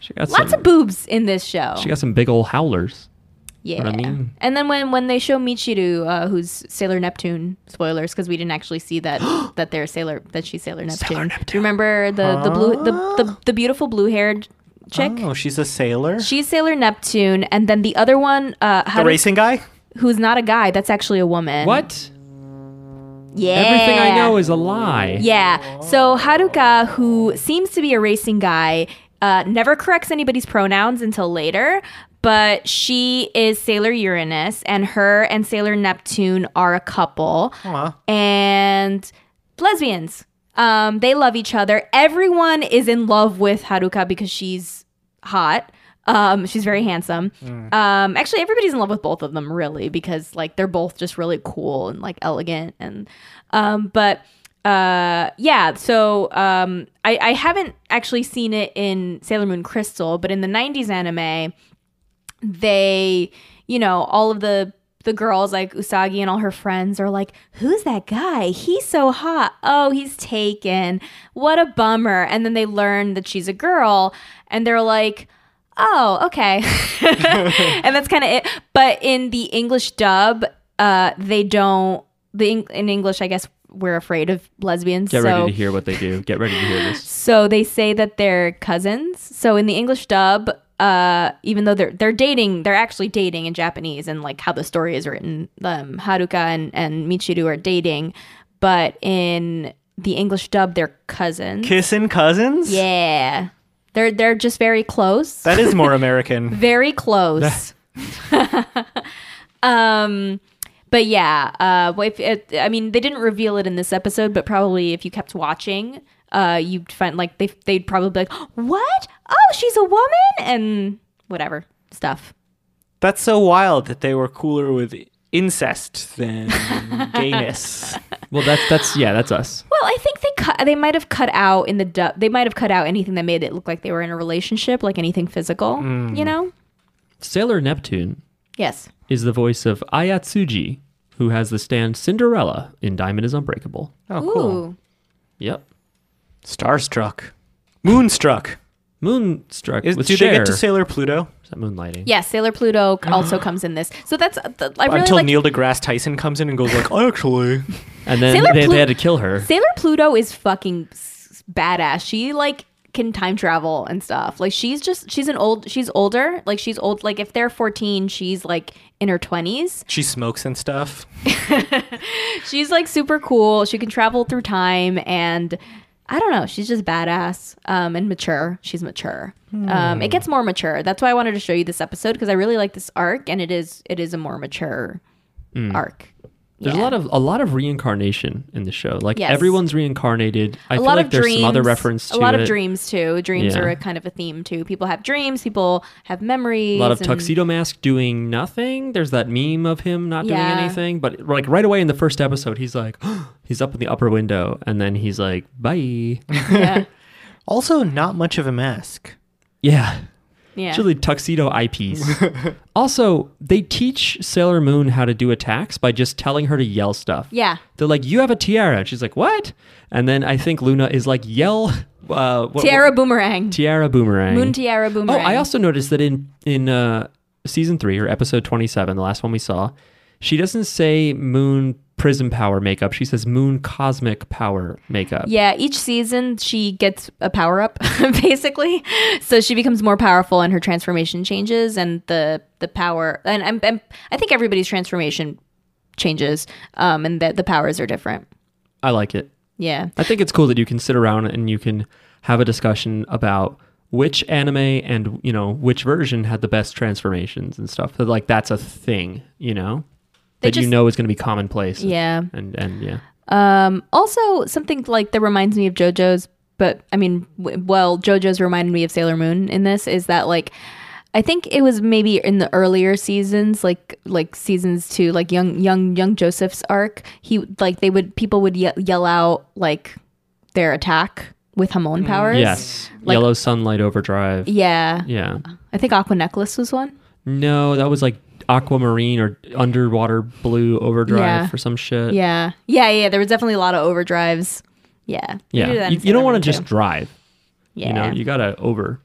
Speaker 2: she got
Speaker 3: lots
Speaker 2: some,
Speaker 3: of boobs in this show
Speaker 2: She got some big old howlers.
Speaker 3: Yeah.
Speaker 2: what I mean.
Speaker 3: And then when when they show Michiru, uh, who's Sailor Neptune, spoilers because we didn't actually see that that they're Sailor that she's Sailor Neptune.
Speaker 2: Sailor Neptune. Ah.
Speaker 3: Remember the the blue the the, the beautiful blue haired chick.
Speaker 4: Oh, she's a sailor.
Speaker 3: She's Sailor Neptune, and then the other one, uh,
Speaker 4: the
Speaker 3: Haru-
Speaker 4: racing guy.
Speaker 3: who's not a guy, that's actually a woman.
Speaker 2: What?
Speaker 3: Yeah.
Speaker 2: Everything I know is a lie.
Speaker 3: Yeah. So Haruka, who seems to be a racing guy, uh, never corrects anybody's pronouns until later. But she is Sailor Uranus, and her and Sailor Neptune are a couple
Speaker 4: Aw.
Speaker 3: and lesbians. Um, they love each other. Everyone is in love with Haruka because she's hot. Um, she's very handsome. Um, actually, everybody's in love with both of them, really, because like they're both just really cool and like elegant and. Um, but uh, yeah, so um, I, I haven't actually seen it in Sailor Moon Crystal, but in the '90s anime, they you know all of the the girls like usagi and all her friends are like who's that guy he's so hot oh he's taken what a bummer and then they learn that she's a girl and they're like oh okay and that's kind of it but in the english dub uh they don't the Eng- in english i guess we're afraid of lesbians
Speaker 2: Get
Speaker 3: so
Speaker 2: ready to hear what they do. Get ready to hear this.
Speaker 3: so they say that they're cousins. So in the English dub, uh, even though they're they're dating, they're actually dating in Japanese and like how the story is written. Um, Haruka and and Michiru are dating, but in the English dub, they're cousins.
Speaker 4: Kissing cousins?
Speaker 3: Yeah, they're they're just very close.
Speaker 4: That is more American.
Speaker 3: very close. um. But yeah, uh, if it, I mean, they didn't reveal it in this episode, but probably if you kept watching, uh, you'd find like they they'd probably be like, "What? Oh, she's a woman," and whatever stuff.
Speaker 4: That's so wild that they were cooler with incest than gayness.
Speaker 2: Well, that's that's yeah, that's us.
Speaker 3: Well, I think they cut. They might have cut out in the dub. They might have cut out anything that made it look like they were in a relationship, like anything physical.
Speaker 4: Mm.
Speaker 3: You know?
Speaker 2: Sailor Neptune
Speaker 3: Yes.
Speaker 2: is the voice of Ayatsuji, who has the stand Cinderella in Diamond is Unbreakable.
Speaker 4: Oh, cool.
Speaker 3: Ooh.
Speaker 2: Yep.
Speaker 4: Starstruck. Moonstruck.
Speaker 2: Moonstruck
Speaker 4: Is,
Speaker 2: with
Speaker 4: do
Speaker 2: Cher.
Speaker 4: they get to Sailor Pluto?
Speaker 2: Is that moonlighting?
Speaker 3: Yeah, Sailor Pluto also comes in this. So that's th- I really
Speaker 4: Until
Speaker 3: like
Speaker 4: Neil deGrasse Tyson comes in and goes like, actually.
Speaker 2: And then
Speaker 3: Sailor
Speaker 2: they,
Speaker 3: Plu-
Speaker 2: they had to kill her.
Speaker 3: Sailor Pluto is fucking s- badass. She like can time travel and stuff. Like she's just she's an old she's older. Like she's old like if they're 14, she's like in her 20s.
Speaker 4: She smokes and stuff.
Speaker 3: She's like super cool. She can travel through time and I don't know, she's just badass um and mature. She's mature. Um it gets more mature. That's why I wanted to show you this episode because I really like this arc and it is it is a more mature arc.
Speaker 2: There's a lot of a lot of reincarnation in the show. Like
Speaker 3: Yes.
Speaker 2: everyone's reincarnated. I
Speaker 3: a
Speaker 2: feel
Speaker 3: lot
Speaker 2: like
Speaker 3: of
Speaker 2: there's
Speaker 3: dreams.
Speaker 2: some other reference to
Speaker 3: a lot
Speaker 2: it.
Speaker 3: of dreams too. Dreams
Speaker 2: Yeah.
Speaker 3: are a kind of a theme too. People have dreams. People have memories.
Speaker 2: A lot of
Speaker 3: and-
Speaker 2: Tuxedo Mask doing nothing. There's that meme of him not
Speaker 3: Yeah.
Speaker 2: doing anything. But like right away in the first episode, he's like, he's up in the upper window, and then he's like, bye.
Speaker 3: Yeah,
Speaker 4: Also, not much of a mask.
Speaker 2: yeah.
Speaker 3: yeah.
Speaker 2: It's really tuxedo eyepiece. also, they teach Sailor Moon how to do attacks by just telling her to yell stuff.
Speaker 3: Yeah.
Speaker 2: They're like, you have a tiara. And she's like, what? And then I think Luna is like, yell. Uh, what-
Speaker 3: Tiara
Speaker 2: what-
Speaker 3: boomerang.
Speaker 2: tiara boomerang.
Speaker 3: Moon tiara
Speaker 2: Oh,
Speaker 3: boomerang.
Speaker 2: I also noticed that in in uh, season three or episode twenty seven, the last one we saw, she doesn't say Moon Prism Power makeup. She says Moon Cosmic Power makeup.
Speaker 3: Yeah, each season she gets a power up, basically. So she becomes more powerful, and her transformation changes, and the the power. And I'm, I'm, I think everybody's transformation changes, um, and that the powers are different.
Speaker 2: I like it.
Speaker 3: Yeah.
Speaker 2: I think it's cool that you can sit around and you can have a discussion about which anime and you know which version had the best transformations and stuff. That, like that's a thing, you know,
Speaker 3: They
Speaker 2: that you
Speaker 3: just-
Speaker 2: know is going to be commonplace.
Speaker 3: Yeah.
Speaker 2: and and yeah.
Speaker 3: Um, also, something like that reminds me of JoJo's, but I mean, w- well, JoJo's reminded me of Sailor Moon in this is that like. I think it was maybe in the earlier seasons, like like seasons two, like young young young Joseph's arc. He like they would people would ye- yell out like their attack with Hamon powers.
Speaker 2: Yes,
Speaker 3: Like-
Speaker 2: Yellow Sunlight Overdrive.
Speaker 3: Yeah.
Speaker 2: Yeah.
Speaker 3: I think Aqua Necklace was one.
Speaker 2: No, that was like aquamarine or underwater blue overdrive
Speaker 3: Yeah.
Speaker 2: or some shit.
Speaker 3: Yeah. Yeah. Yeah. There was definitely a lot of overdrives. Yeah. They do that
Speaker 2: yeah.
Speaker 3: in
Speaker 2: You, you don't
Speaker 3: Sailor
Speaker 2: want
Speaker 3: Moon,
Speaker 2: to just
Speaker 3: too.
Speaker 2: drive.
Speaker 3: Yeah.
Speaker 2: You know, you gotta over.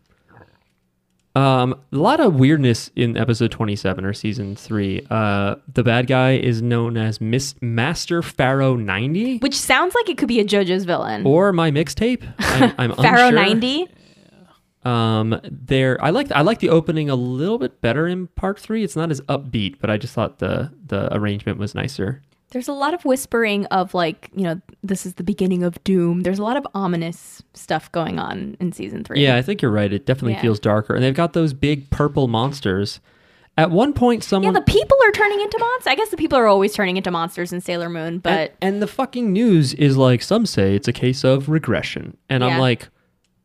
Speaker 2: Um, a lot of weirdness in episode twenty-seven or season three. Uh, the bad guy is known as Miss Master Pharaoh ninety
Speaker 3: Which sounds like it could be a JoJo's villain.
Speaker 2: or my mixtape. I'm, Oh, I'm
Speaker 3: Pharaoh
Speaker 2: unsure.
Speaker 3: ninety.
Speaker 2: Um, there, I like I like the opening a little bit better in part three. It's not as upbeat, but I just thought the the arrangement was nicer.
Speaker 3: There's a lot of whispering of like, you know, this is the beginning of doom. There's a lot of ominous stuff going on in season three.
Speaker 2: Yeah, I think you're right. It definitely
Speaker 3: Yeah.
Speaker 2: feels darker. And they've got those big purple monsters. At one point,
Speaker 3: Yeah,
Speaker 2: someone.
Speaker 3: the people are turning into monsters. I guess the people are always turning into monsters in Sailor Moon,
Speaker 2: and,
Speaker 3: but
Speaker 2: and the fucking news is like, some say it's a case of regression. And I'm
Speaker 3: Yeah.
Speaker 2: like,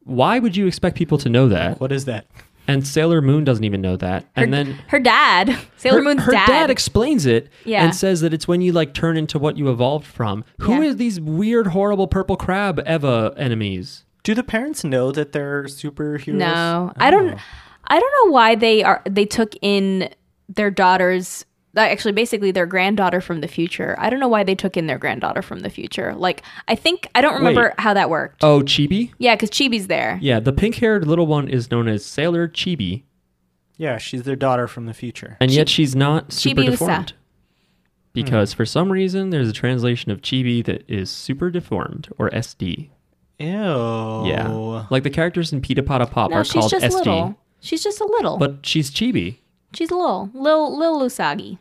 Speaker 2: why would you expect people to know that?
Speaker 4: What is that?
Speaker 2: And Sailor Moon doesn't even know that.
Speaker 3: her,
Speaker 2: and then
Speaker 3: her dad, Sailor
Speaker 2: her,
Speaker 3: Moon's
Speaker 2: her dad. explains it
Speaker 3: Yeah.
Speaker 2: and says that it's when you like turn into what you evolved from. Who is
Speaker 3: Yeah.
Speaker 2: these weird, horrible purple crab Eva enemies?
Speaker 4: Do the parents know that they're superheroes?
Speaker 3: No, I don't. I don't know why they are. They took in their daughters. Actually, basically, their granddaughter from the future. I don't know why they took in their granddaughter from the future. Like, I think I don't remember
Speaker 2: Wait.
Speaker 3: how that worked.
Speaker 2: Oh, Chibi?
Speaker 3: Yeah, because Chibi's there.
Speaker 2: Yeah, the pink haired little one is known as Sailor Chibi,
Speaker 4: Yeah, she's their daughter from the future.
Speaker 2: and yet she's not super
Speaker 3: Chibi Usa.
Speaker 2: deformed. Because for some reason, there's a translation of Chibi that is super deformed, or SD.
Speaker 4: Ew.
Speaker 2: Yeah.
Speaker 4: Yeah.
Speaker 2: Like the characters in Pita Pata Pop
Speaker 3: No,
Speaker 2: are
Speaker 3: she's
Speaker 2: called
Speaker 3: just
Speaker 2: SD,
Speaker 3: little. She's just a little.
Speaker 2: but she's Chibi.
Speaker 3: she's little, little, little Usagi.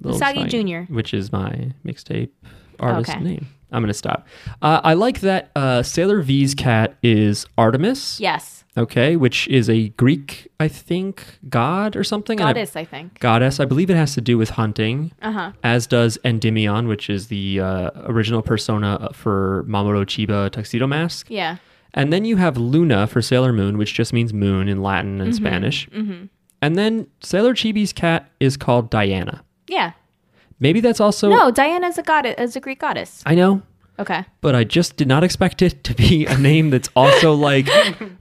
Speaker 2: Little
Speaker 3: Usagi
Speaker 2: Sign,
Speaker 3: Jr..
Speaker 2: which is my mixtape artist
Speaker 3: Okay.
Speaker 2: name. I'm gonna stop. Uh, I like that uh, Sailor V's cat is Artemis.
Speaker 3: Yes,
Speaker 2: Okay, which is a Greek, I think, god or something. and I-
Speaker 3: goddess. I think.
Speaker 2: goddess. I believe it has to do with hunting,
Speaker 3: Uh-huh.
Speaker 2: as does Endymion, which is the uh, original persona for Mamoru Chiba Tuxedo Mask.
Speaker 3: Yeah.
Speaker 2: And then you have Luna for Sailor Moon, which just means moon in Latin
Speaker 3: Mm-hmm.
Speaker 2: and Spanish. And then Sailor Chibi's cat is called Diana.
Speaker 3: Yeah.
Speaker 2: Maybe that's also
Speaker 3: No, Diana's a goddess. Is a Greek goddess.
Speaker 2: I know,
Speaker 3: Okay.
Speaker 2: but I just did not expect it to be a name that's also like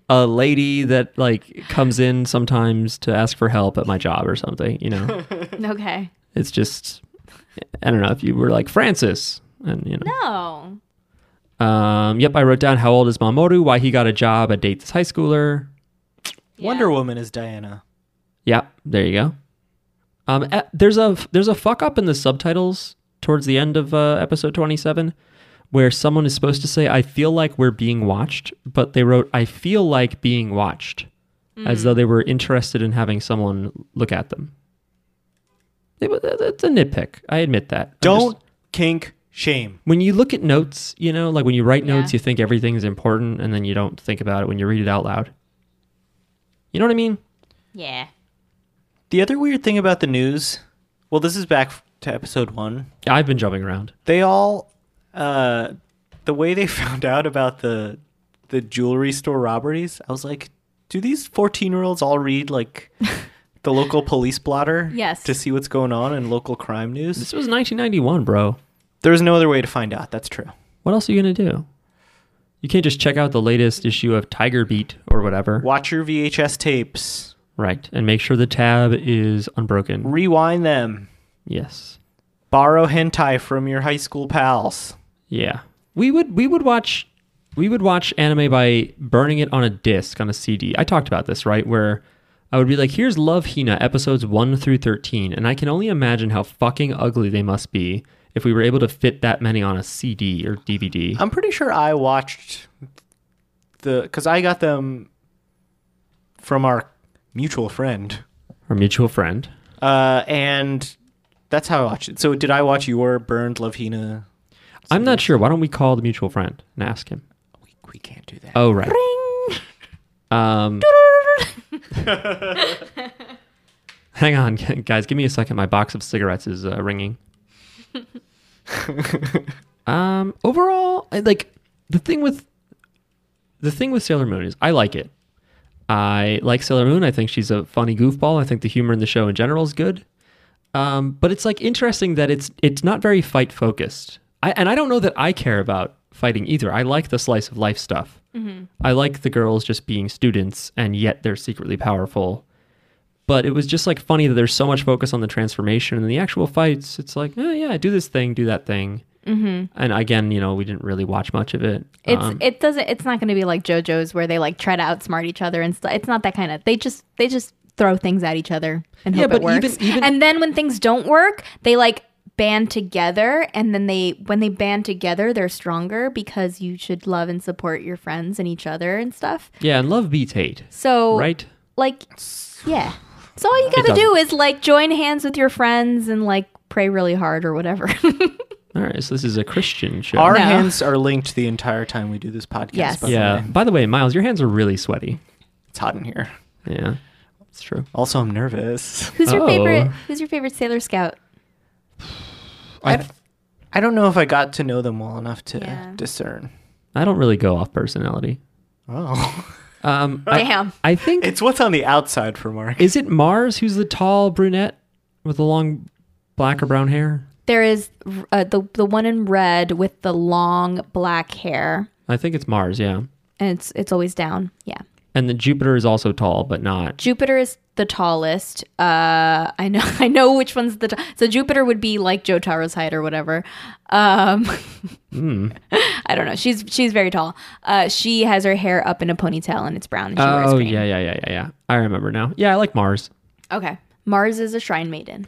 Speaker 2: a lady that like comes in sometimes to ask for help at my job or something, you know.
Speaker 3: Okay.
Speaker 2: It's just I don't know if you were like Francis and you know.
Speaker 3: No.
Speaker 2: Um yep, I wrote down how old is Mamoru, why he got a job at Dates High Schooler.
Speaker 4: Wonder Woman is Diana.
Speaker 2: Yep, there you go. Um eh, there's a there's a fuck up in the subtitles towards the end of uh, episode 27 where someone is supposed to say I feel like we're being watched, but they wrote I feel like being watched as though they were interested in having someone look at them. It, wa- that's a nitpick. I admit that. I'm just-
Speaker 4: Don't kink shame.
Speaker 2: when you look at notes, you know, like when you write notes,
Speaker 3: Yeah.
Speaker 2: you think everything's important and then you don't think about it when you read it out loud. You know what I mean?
Speaker 3: Yeah.
Speaker 4: The other weird thing about the news, well, this is back to episode one.
Speaker 2: I've been jumping around.
Speaker 4: They all, uh, the way they found out about the the jewelry store robberies, I was like, do these fourteen year olds all read like the local police blotter?
Speaker 3: Yes.
Speaker 4: To see what's going on in local crime news.
Speaker 2: This was 1991, bro.
Speaker 4: There's no other way to find out. That's true.
Speaker 2: What else are you going to do? You can't just check out the latest issue of Tiger Beat or whatever.
Speaker 4: Watch your VHS tapes.
Speaker 2: Right. And make sure the tab is unbroken.
Speaker 4: Rewind them.
Speaker 2: Yes.
Speaker 4: Borrow hentai from your high school pals.
Speaker 2: Yeah. We would we would watch we would watch anime by burning it on a disc on a CD. I talked about this, right? Where I would be like, "Here's Love Hina episodes 1 through 13." And I can only imagine how fucking ugly they must be if we were able to fit that many on a CD or DVD.
Speaker 4: I'm pretty sure I watched the because I got them from our mutual friend,
Speaker 2: Our mutual friend.
Speaker 4: uh, and that's how I watched it. So did I watch your burned Love Hina?
Speaker 2: I'm not sure. Why don't we call the mutual friend and ask him?
Speaker 4: We, we can't do that.
Speaker 2: Oh, right. Um, hang on, guys. Give me a second. My box of cigarettes is uh, ringing. um, overall, I, like the thing with the thing with Sailor Moon is I like it. I like Sailor Moon. I think she's a funny goofball. I think the humor in the show in general is good. Um, but it's like interesting that it's it's not very fight focused. I, and I don't know that I care about fighting either. I like the slice of life stuff.
Speaker 3: Mm-hmm.
Speaker 2: I like the girls just being students and yet they're secretly powerful. But it was just like funny that there's so much focus on the transformation and the actual fights. It's like, oh yeah, do this thing, do that thing. Mm-hmm. And again, you know, we didn't really watch much of it.
Speaker 3: It's
Speaker 2: Um,
Speaker 3: it doesn't it's not going to be like JoJo's where they like try to outsmart each other and stuff. It's not that kind of. They just they just throw things at each other and
Speaker 2: Yeah,
Speaker 3: hope
Speaker 2: but
Speaker 3: it works.
Speaker 2: even- even-
Speaker 3: and then when things don't work, they like band together and then they when they band together, they're stronger because you should love and support your friends and each other and stuff.
Speaker 2: yeah, and love beats hate,
Speaker 3: So
Speaker 2: right?
Speaker 3: like yeah. So all you got to
Speaker 2: doesn't.
Speaker 3: do is like join hands with your friends and like pray really hard or whatever.
Speaker 2: All right, so this is a Christian show.
Speaker 4: Our
Speaker 3: No.
Speaker 4: hands are linked the entire time we do this podcast.
Speaker 3: Yes.
Speaker 4: by the
Speaker 2: yeah.
Speaker 4: way.
Speaker 2: By the way, Miles, your hands are really sweaty.
Speaker 4: It's hot in here.
Speaker 2: Yeah, it's true.
Speaker 4: Also, I'm nervous.
Speaker 3: Who's your
Speaker 2: Oh.
Speaker 3: favorite? Who's your favorite Sailor Scout?
Speaker 2: I,
Speaker 4: I don't know if I got to know them well enough to
Speaker 3: Yeah.
Speaker 4: discern.
Speaker 2: I don't really go off personality.
Speaker 4: Oh.
Speaker 2: Um, I,
Speaker 3: Damn.
Speaker 2: I think
Speaker 4: It's what's on the outside for Mark.
Speaker 2: is it Mars who's the tall brunette with the long black or brown hair?
Speaker 3: There is uh, the the one in red with the long black hair,
Speaker 2: I think it's Mars. Yeah,
Speaker 3: and it's it's always down. Yeah.
Speaker 2: and then Jupiter is also tall, but not.
Speaker 3: Jupiter is the tallest. Uh, I know I know which one's the t- so Jupiter would be like Joe Tara's height or whatever. Um,
Speaker 2: Hmm.
Speaker 3: I don't know. She's she's very tall. Uh, she has her hair up in a ponytail and it's brown and she wears
Speaker 2: Oh
Speaker 3: green.
Speaker 2: yeah, yeah, yeah, yeah, yeah. I remember now. Yeah, I like Mars.
Speaker 3: Okay. Mars is a shrine maiden.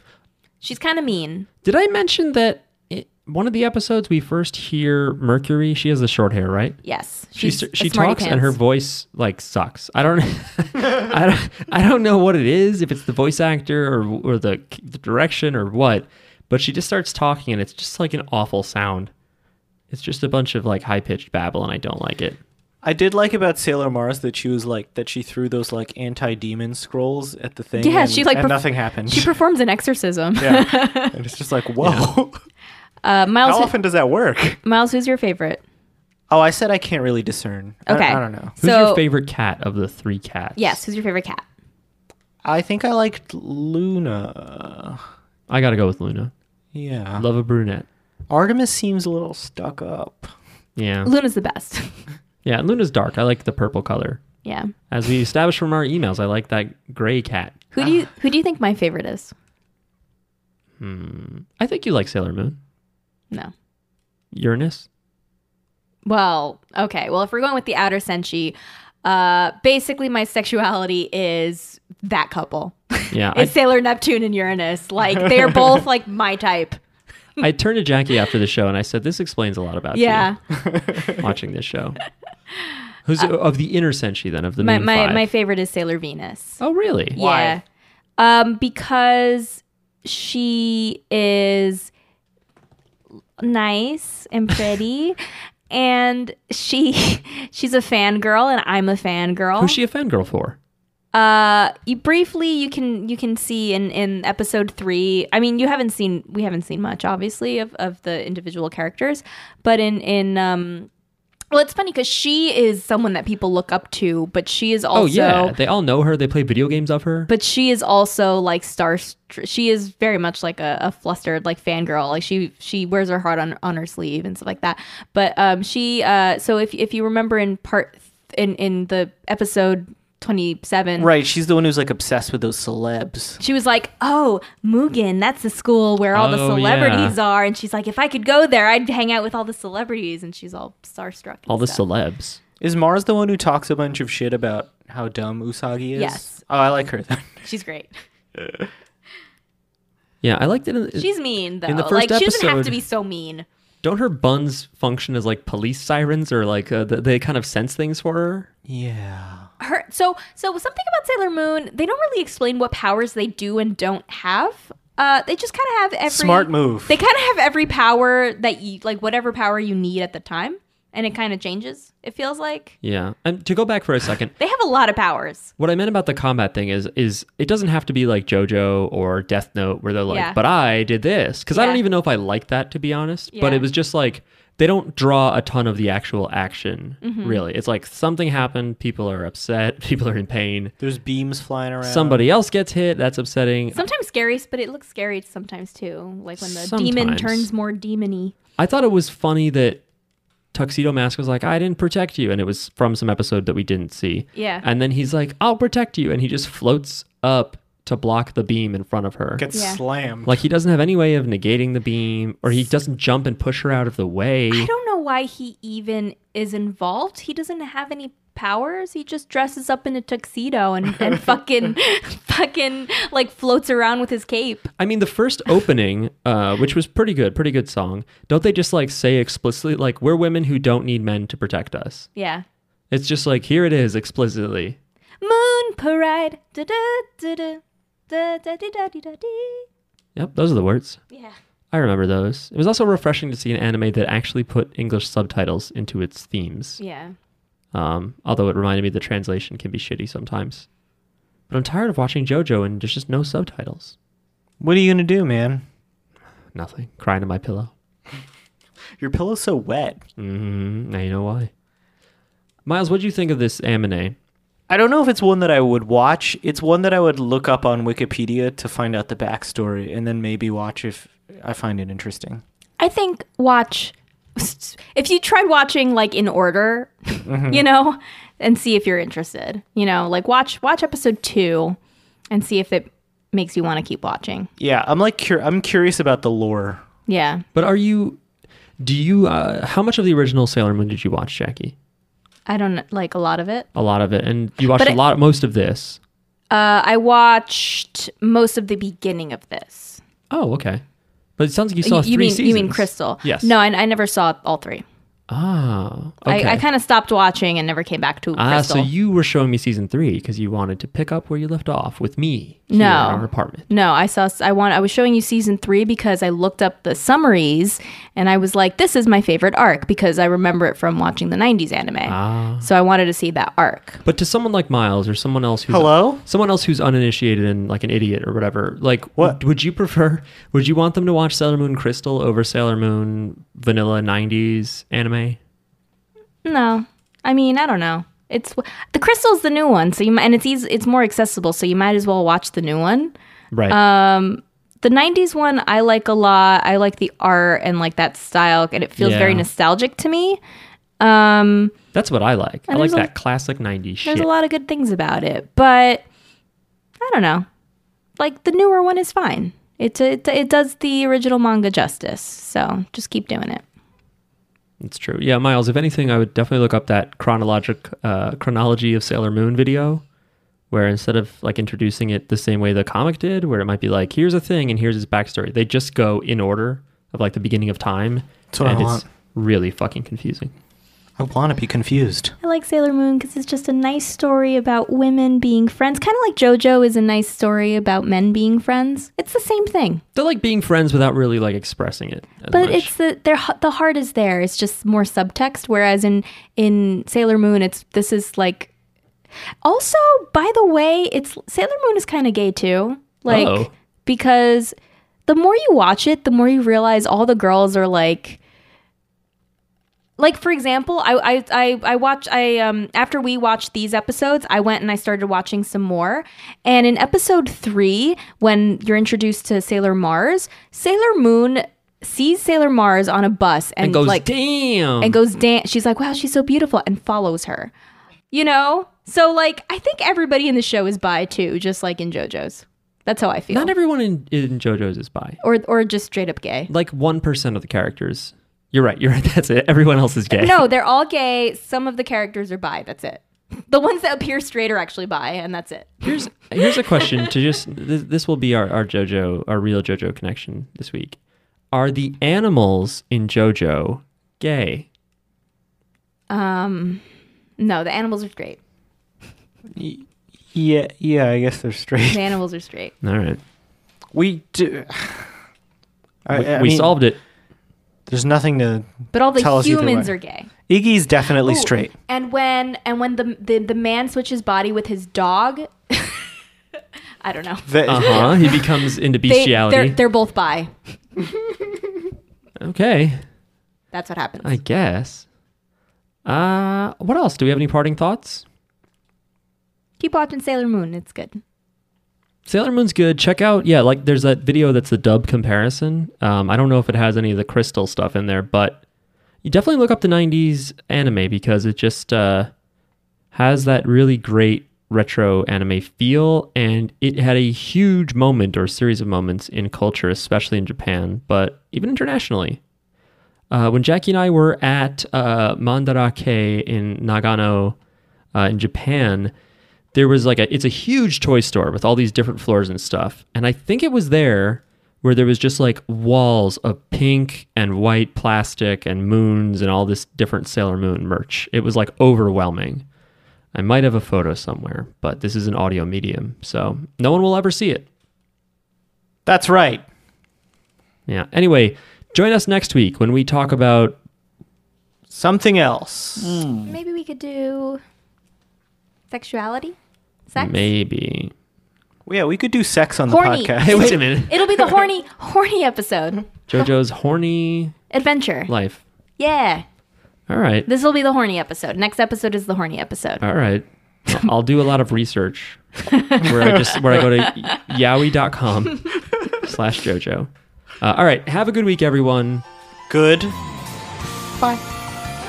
Speaker 3: She's kind of mean.
Speaker 2: Did I mention that i one of the episodes we first hear Mercury? She has the short hair, right?
Speaker 3: Yes.
Speaker 2: She
Speaker 3: She's a
Speaker 2: she
Speaker 3: smarty
Speaker 2: talks and her
Speaker 3: pants.
Speaker 2: voice like sucks. I don't, I don't, I don't know what it is. If it's the voice actor or or the, the direction or what, but she just starts talking and it's just like an awful sound. It's just a bunch of like high pitched babble and I don't like it.
Speaker 4: I did like about Sailor Mars that she was like that she threw those like anti demon scrolls at the thing.
Speaker 3: Yeah,
Speaker 4: and,
Speaker 3: she, like,
Speaker 4: and
Speaker 3: perf-
Speaker 4: nothing happened.
Speaker 3: She performs an exorcism.
Speaker 4: yeah. And it's just like, whoa.
Speaker 3: Uh, Miles,
Speaker 4: How
Speaker 3: who-
Speaker 4: often does that work?
Speaker 3: Miles, who's your favorite?
Speaker 4: Oh, I said I can't really discern. I-
Speaker 3: Okay.
Speaker 4: I, don't know.
Speaker 2: Who's
Speaker 3: so,
Speaker 2: your favorite cat of the three cats?
Speaker 3: Yes, who's your favorite cat?
Speaker 4: I think I liked Luna.
Speaker 2: I gotta go with Luna.
Speaker 4: Yeah.
Speaker 2: Love a brunette.
Speaker 4: Artemis seems a little stuck up.
Speaker 2: Yeah,
Speaker 3: Luna's the best.
Speaker 2: yeah. and Luna's dark. I like the purple color.
Speaker 3: yeah.
Speaker 2: As we established from our emails, I like that gray cat.
Speaker 3: Who do you
Speaker 2: Ah.
Speaker 3: who do you think my favorite is?
Speaker 2: I think you like Sailor Moon.
Speaker 3: No.
Speaker 2: Uranus.
Speaker 3: Well, okay. Well, if we're going with the outer senshi, uh, basically my sexuality is that couple.
Speaker 2: Yeah, I,
Speaker 3: It's Sailor Neptune and Uranus. Like they're both like my type.
Speaker 2: I turned to Jackie after the show and I said, "This explains a lot about
Speaker 3: Yeah.
Speaker 2: you watching this show." Who's of the inner senshi then of the
Speaker 3: Uh, My
Speaker 2: main
Speaker 3: my,
Speaker 2: five?
Speaker 3: my favorite is Sailor Venus.
Speaker 2: oh really?
Speaker 4: Why?
Speaker 3: Yeah. Um, because she is nice and pretty and she she's a fangirl and I'm a fangirl.
Speaker 2: Who's she a fangirl for?
Speaker 3: Uh, you briefly you can you can see in in episode three. I mean, you haven't seen we haven't seen much, obviously, of of the individual characters, but in in um. Well, it's funny because she is someone that people look up to, but she is also,
Speaker 2: oh yeah, they all know her. They play video games of her.
Speaker 3: but she is also like star. She is very much like a, a flustered like fangirl. Like she she wears her heart on on her sleeve and stuff like that. But um, she uh, so if if you remember in part in in the episode twenty seven,
Speaker 4: Right, she's the one who's like obsessed with those celebs.
Speaker 3: she was like, "Oh, Mugen, that's the school where all the
Speaker 2: Oh,
Speaker 3: celebrities are." And she's like, "If I could go there, I'd hang out with all the celebrities." And she's all starstruck. and
Speaker 2: all the
Speaker 3: stuff.
Speaker 2: celebs.
Speaker 4: Is Mars the one who talks a bunch of shit about how dumb Usagi is?
Speaker 3: Yes.
Speaker 4: Oh, I like her then.
Speaker 3: she's great.
Speaker 2: Yeah, I liked it. In,
Speaker 3: She's mean though.
Speaker 2: the first
Speaker 3: like she doesn't have to
Speaker 2: episode-
Speaker 3: be so mean.
Speaker 2: don't her buns function as like police sirens or like uh, th- they kind of sense things for her?
Speaker 4: Yeah.
Speaker 3: Her so so something about Sailor Moon. They don't really explain what powers they do and don't have. Uh, they just kind of have every
Speaker 4: Smart move.
Speaker 3: They kind of have every power that you like, whatever power you need at the time, and it kind of changes. It feels like
Speaker 2: Yeah, and to go back for a second,
Speaker 3: they have a lot of powers.
Speaker 2: What I meant about the combat thing is is it doesn't have to be like JoJo or Death Note where they're like,
Speaker 3: Yeah.
Speaker 2: but I did this. Because I don't
Speaker 3: Yeah.
Speaker 2: even know if I like that to be honest. But
Speaker 3: Yeah.
Speaker 2: it was just like they don't draw a ton of the actual action
Speaker 3: Mm-hmm.
Speaker 2: really. It's like something happened, people are upset, people are in pain.
Speaker 4: There's beams flying around.
Speaker 2: Somebody else gets hit, that's upsetting.
Speaker 3: Sometimes scary, but it looks scary sometimes too. Like when the demon
Speaker 2: Sometimes.
Speaker 3: turns more demony.
Speaker 2: I thought it was funny that Tuxedo Mask was like, I didn't protect you. And it was from some episode that we didn't see.
Speaker 3: Yeah.
Speaker 2: And then he's like, I'll protect you. And he just floats up to block the beam in front of her.
Speaker 4: gets
Speaker 3: Yeah.
Speaker 4: slammed.
Speaker 2: Like he doesn't have any way of negating the beam, or he doesn't jump and push her out of the way.
Speaker 3: I don't know why he even is involved. He doesn't have any powers. He just dresses up in a tuxedo and, and fucking fucking like floats around with his cape.
Speaker 2: I mean, the first opening, uh, which was pretty good, pretty good song. Don't they just like say explicitly, like we're women who don't need men to protect us?
Speaker 3: Yeah.
Speaker 2: It's just like here it is explicitly.
Speaker 3: Moon parade. Da da da da da da da da da.
Speaker 2: Yep, those are the words.
Speaker 3: Yeah.
Speaker 2: I remember those. It was also refreshing to see an anime that actually put English subtitles into its themes.
Speaker 3: Yeah.
Speaker 2: Um, although it reminded me the translation can be shitty sometimes. But I'm tired of watching JoJo and there's just no subtitles.
Speaker 4: What are you gonna do, man?
Speaker 2: Nothing. Crying in my pillow.
Speaker 4: Your pillow's so wet.
Speaker 2: Mm-hmm. Now you know why. Miles, what do you think of this anime?
Speaker 4: I don't know if it's one that I would watch. It's one that I would look up on Wikipedia to find out the backstory, and then maybe watch if I find it interesting.
Speaker 3: I think watch if you tried watching like in order,
Speaker 2: Mm-hmm.
Speaker 3: you know, and see if you're interested. You know, like watch watch episode 2 and see if it makes you want to keep watching.
Speaker 4: Yeah, I'm like cur- I'm curious about the lore.
Speaker 3: Yeah.
Speaker 2: But are you? Do you? Uh, how much of the original Sailor Moon did you watch, Jackie?
Speaker 3: I don't like a lot of it.
Speaker 2: A lot of it, and you watched
Speaker 3: But
Speaker 2: a
Speaker 3: it-
Speaker 2: lot, most of this.
Speaker 3: Uh, I watched most of the beginning of this.
Speaker 2: Oh, okay. But it sounds like you saw
Speaker 3: you,
Speaker 2: three
Speaker 3: you mean
Speaker 2: seasons.
Speaker 3: you mean Crystal?
Speaker 2: Yes.
Speaker 3: No, I, I never saw all three.
Speaker 2: Ah, okay.
Speaker 3: I, I kind of stopped watching and never came back to
Speaker 2: ah,
Speaker 3: Crystal.
Speaker 2: so you were showing me season three because you wanted to pick up where you left off with me here
Speaker 3: No.
Speaker 2: in our apartment.
Speaker 3: No, I saw. I want. I was showing you season three because I looked up the summaries and I was like, "This is my favorite arc" because I remember it from watching the '90s anime. So I wanted to see that arc.
Speaker 2: But to someone like Miles or someone else who's
Speaker 4: Hello?
Speaker 2: someone else who's uninitiated and like an idiot or whatever, like
Speaker 4: What?
Speaker 2: would- would you prefer? Would you want them to watch Sailor Moon Crystal over Sailor Moon Vanilla '90s anime?
Speaker 3: No, I mean, I don't know. It's the crystal's the new one, so you mi- and it's easy, it's more accessible, so you might as well watch the new one.
Speaker 2: Right.
Speaker 3: Uh, The '90s one I like a lot. I like the art and like that style, and it feels
Speaker 2: Yeah.
Speaker 3: very nostalgic to me.
Speaker 2: That's what I like. I like
Speaker 3: there's a-
Speaker 2: that classic '90s
Speaker 3: There's
Speaker 2: shit.
Speaker 3: a lot of good things about it, but I don't know. Like the newer one is fine. It's it, it does the original manga justice. So just keep doing it.
Speaker 2: It's true. Yeah, Miles. If anything, I would definitely look up that chronologic uh, chronology of Sailor Moon video, where instead of like introducing it the same way the comic did, where it might be like, here's a thing and here's his backstory. They just go in order of like the beginning of time,
Speaker 4: what I
Speaker 2: and
Speaker 4: want.
Speaker 2: it's really fucking confusing.
Speaker 4: I want to be confused.
Speaker 3: I like Sailor Moon because it's just a nice story about women being friends. Kind of like JoJo is a nice story about men being friends. It's the same thing,
Speaker 2: They're like being friends without really like expressing it. as
Speaker 3: but
Speaker 2: much.
Speaker 3: it's the their h- the heart is there. It's just more subtext. Whereas in in Sailor Moon, it's this is like. Also, by the way, it's Sailor Moon is kind of gay too. Like
Speaker 2: Uh-oh.
Speaker 3: because the more you watch it, the more you realize all the girls are like like for example, I I I, I watch I um after we watched these episodes, I went and I started watching some more. And in episode three, when you're introduced to Sailor Mars, Sailor Moon sees Sailor Mars on a bus and,
Speaker 2: and goes
Speaker 3: like
Speaker 2: damn.
Speaker 3: and goes dance. She's like, wow, she's so beautiful, and follows her. You know, so like I think everybody in the show is bi too, just like in JoJo's. That's how I feel.
Speaker 2: Not everyone in, in JoJo's is bi.
Speaker 3: or or just straight up gay.
Speaker 2: Like one percent of the characters. You're right. You're right. That's it. Everyone else is gay.
Speaker 3: No, they're all gay. Some of the characters are bi. That's it. The ones that appear straight are actually bi, and that's it.
Speaker 2: Here's here's a question to just this, this will be our, our JoJo our real JoJo connection this week. Are the animals in JoJo gay?
Speaker 3: Um, No, the animals are straight.
Speaker 4: Yeah, yeah. I guess they're straight.
Speaker 3: The animals are straight.
Speaker 2: All right,
Speaker 4: We do. I,
Speaker 2: we,
Speaker 4: I
Speaker 2: we
Speaker 4: mean,
Speaker 2: solved it.
Speaker 4: There's nothing to.
Speaker 3: But all the
Speaker 4: Tell us either
Speaker 3: humans
Speaker 4: way.
Speaker 3: are gay.
Speaker 4: Iggy's definitely
Speaker 3: Ooh,
Speaker 4: straight.
Speaker 3: And when and when the, the the man switches body with his dog, I don't know.
Speaker 4: The-
Speaker 2: Uh huh. He becomes into
Speaker 3: They, they're
Speaker 2: bestiality.
Speaker 3: they're both bi.
Speaker 2: okay,
Speaker 3: That's what happens.
Speaker 2: I guess. Uh, what else? Do we have any parting thoughts?
Speaker 3: Keep watching Sailor Moon. It's good.
Speaker 2: Sailor Moon's good. Check out yeah, like there's that video that's the dub comparison. Um, I don't know if it has any of the crystal stuff in there, but you definitely look up the '90s anime because it just uh, has that really great retro anime feel, and it had a huge moment or series of moments in culture, especially in Japan, but even internationally. Uh, when Jackie and I were at uh, Mandarake in Nagano, uh, in Japan, there was like a it's a huge toy store with all these different floors and stuff and i think it was there where there was just like walls of pink and white plastic and moons and all this different sailor moon merch it was like overwhelming i might have a photo somewhere but this is an audio medium so no one will ever see it
Speaker 4: That's right.
Speaker 2: Yeah. Anyway, join us next week when we talk about
Speaker 4: Something else.
Speaker 3: Mm. Maybe we could do sexuality, sex.
Speaker 2: maybe.
Speaker 4: Well, yeah, we could do sex on the
Speaker 3: Horny.
Speaker 2: Hey,
Speaker 4: podcast.
Speaker 2: wait a minute.
Speaker 3: It'll be the horny, horny episode.
Speaker 2: JoJo's horny
Speaker 3: Adventure.
Speaker 2: life.
Speaker 3: Yeah.
Speaker 2: All right.
Speaker 3: This will be the horny episode. Next episode is the horny episode.
Speaker 2: All right. I'll do a lot of research where I just where I go to yowie.com slash JoJo. Uh, all right. Have a good week, everyone.
Speaker 4: Good.
Speaker 3: Bye.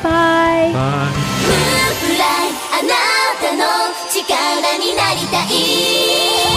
Speaker 2: Bye.
Speaker 6: くらいあなたの力になりたい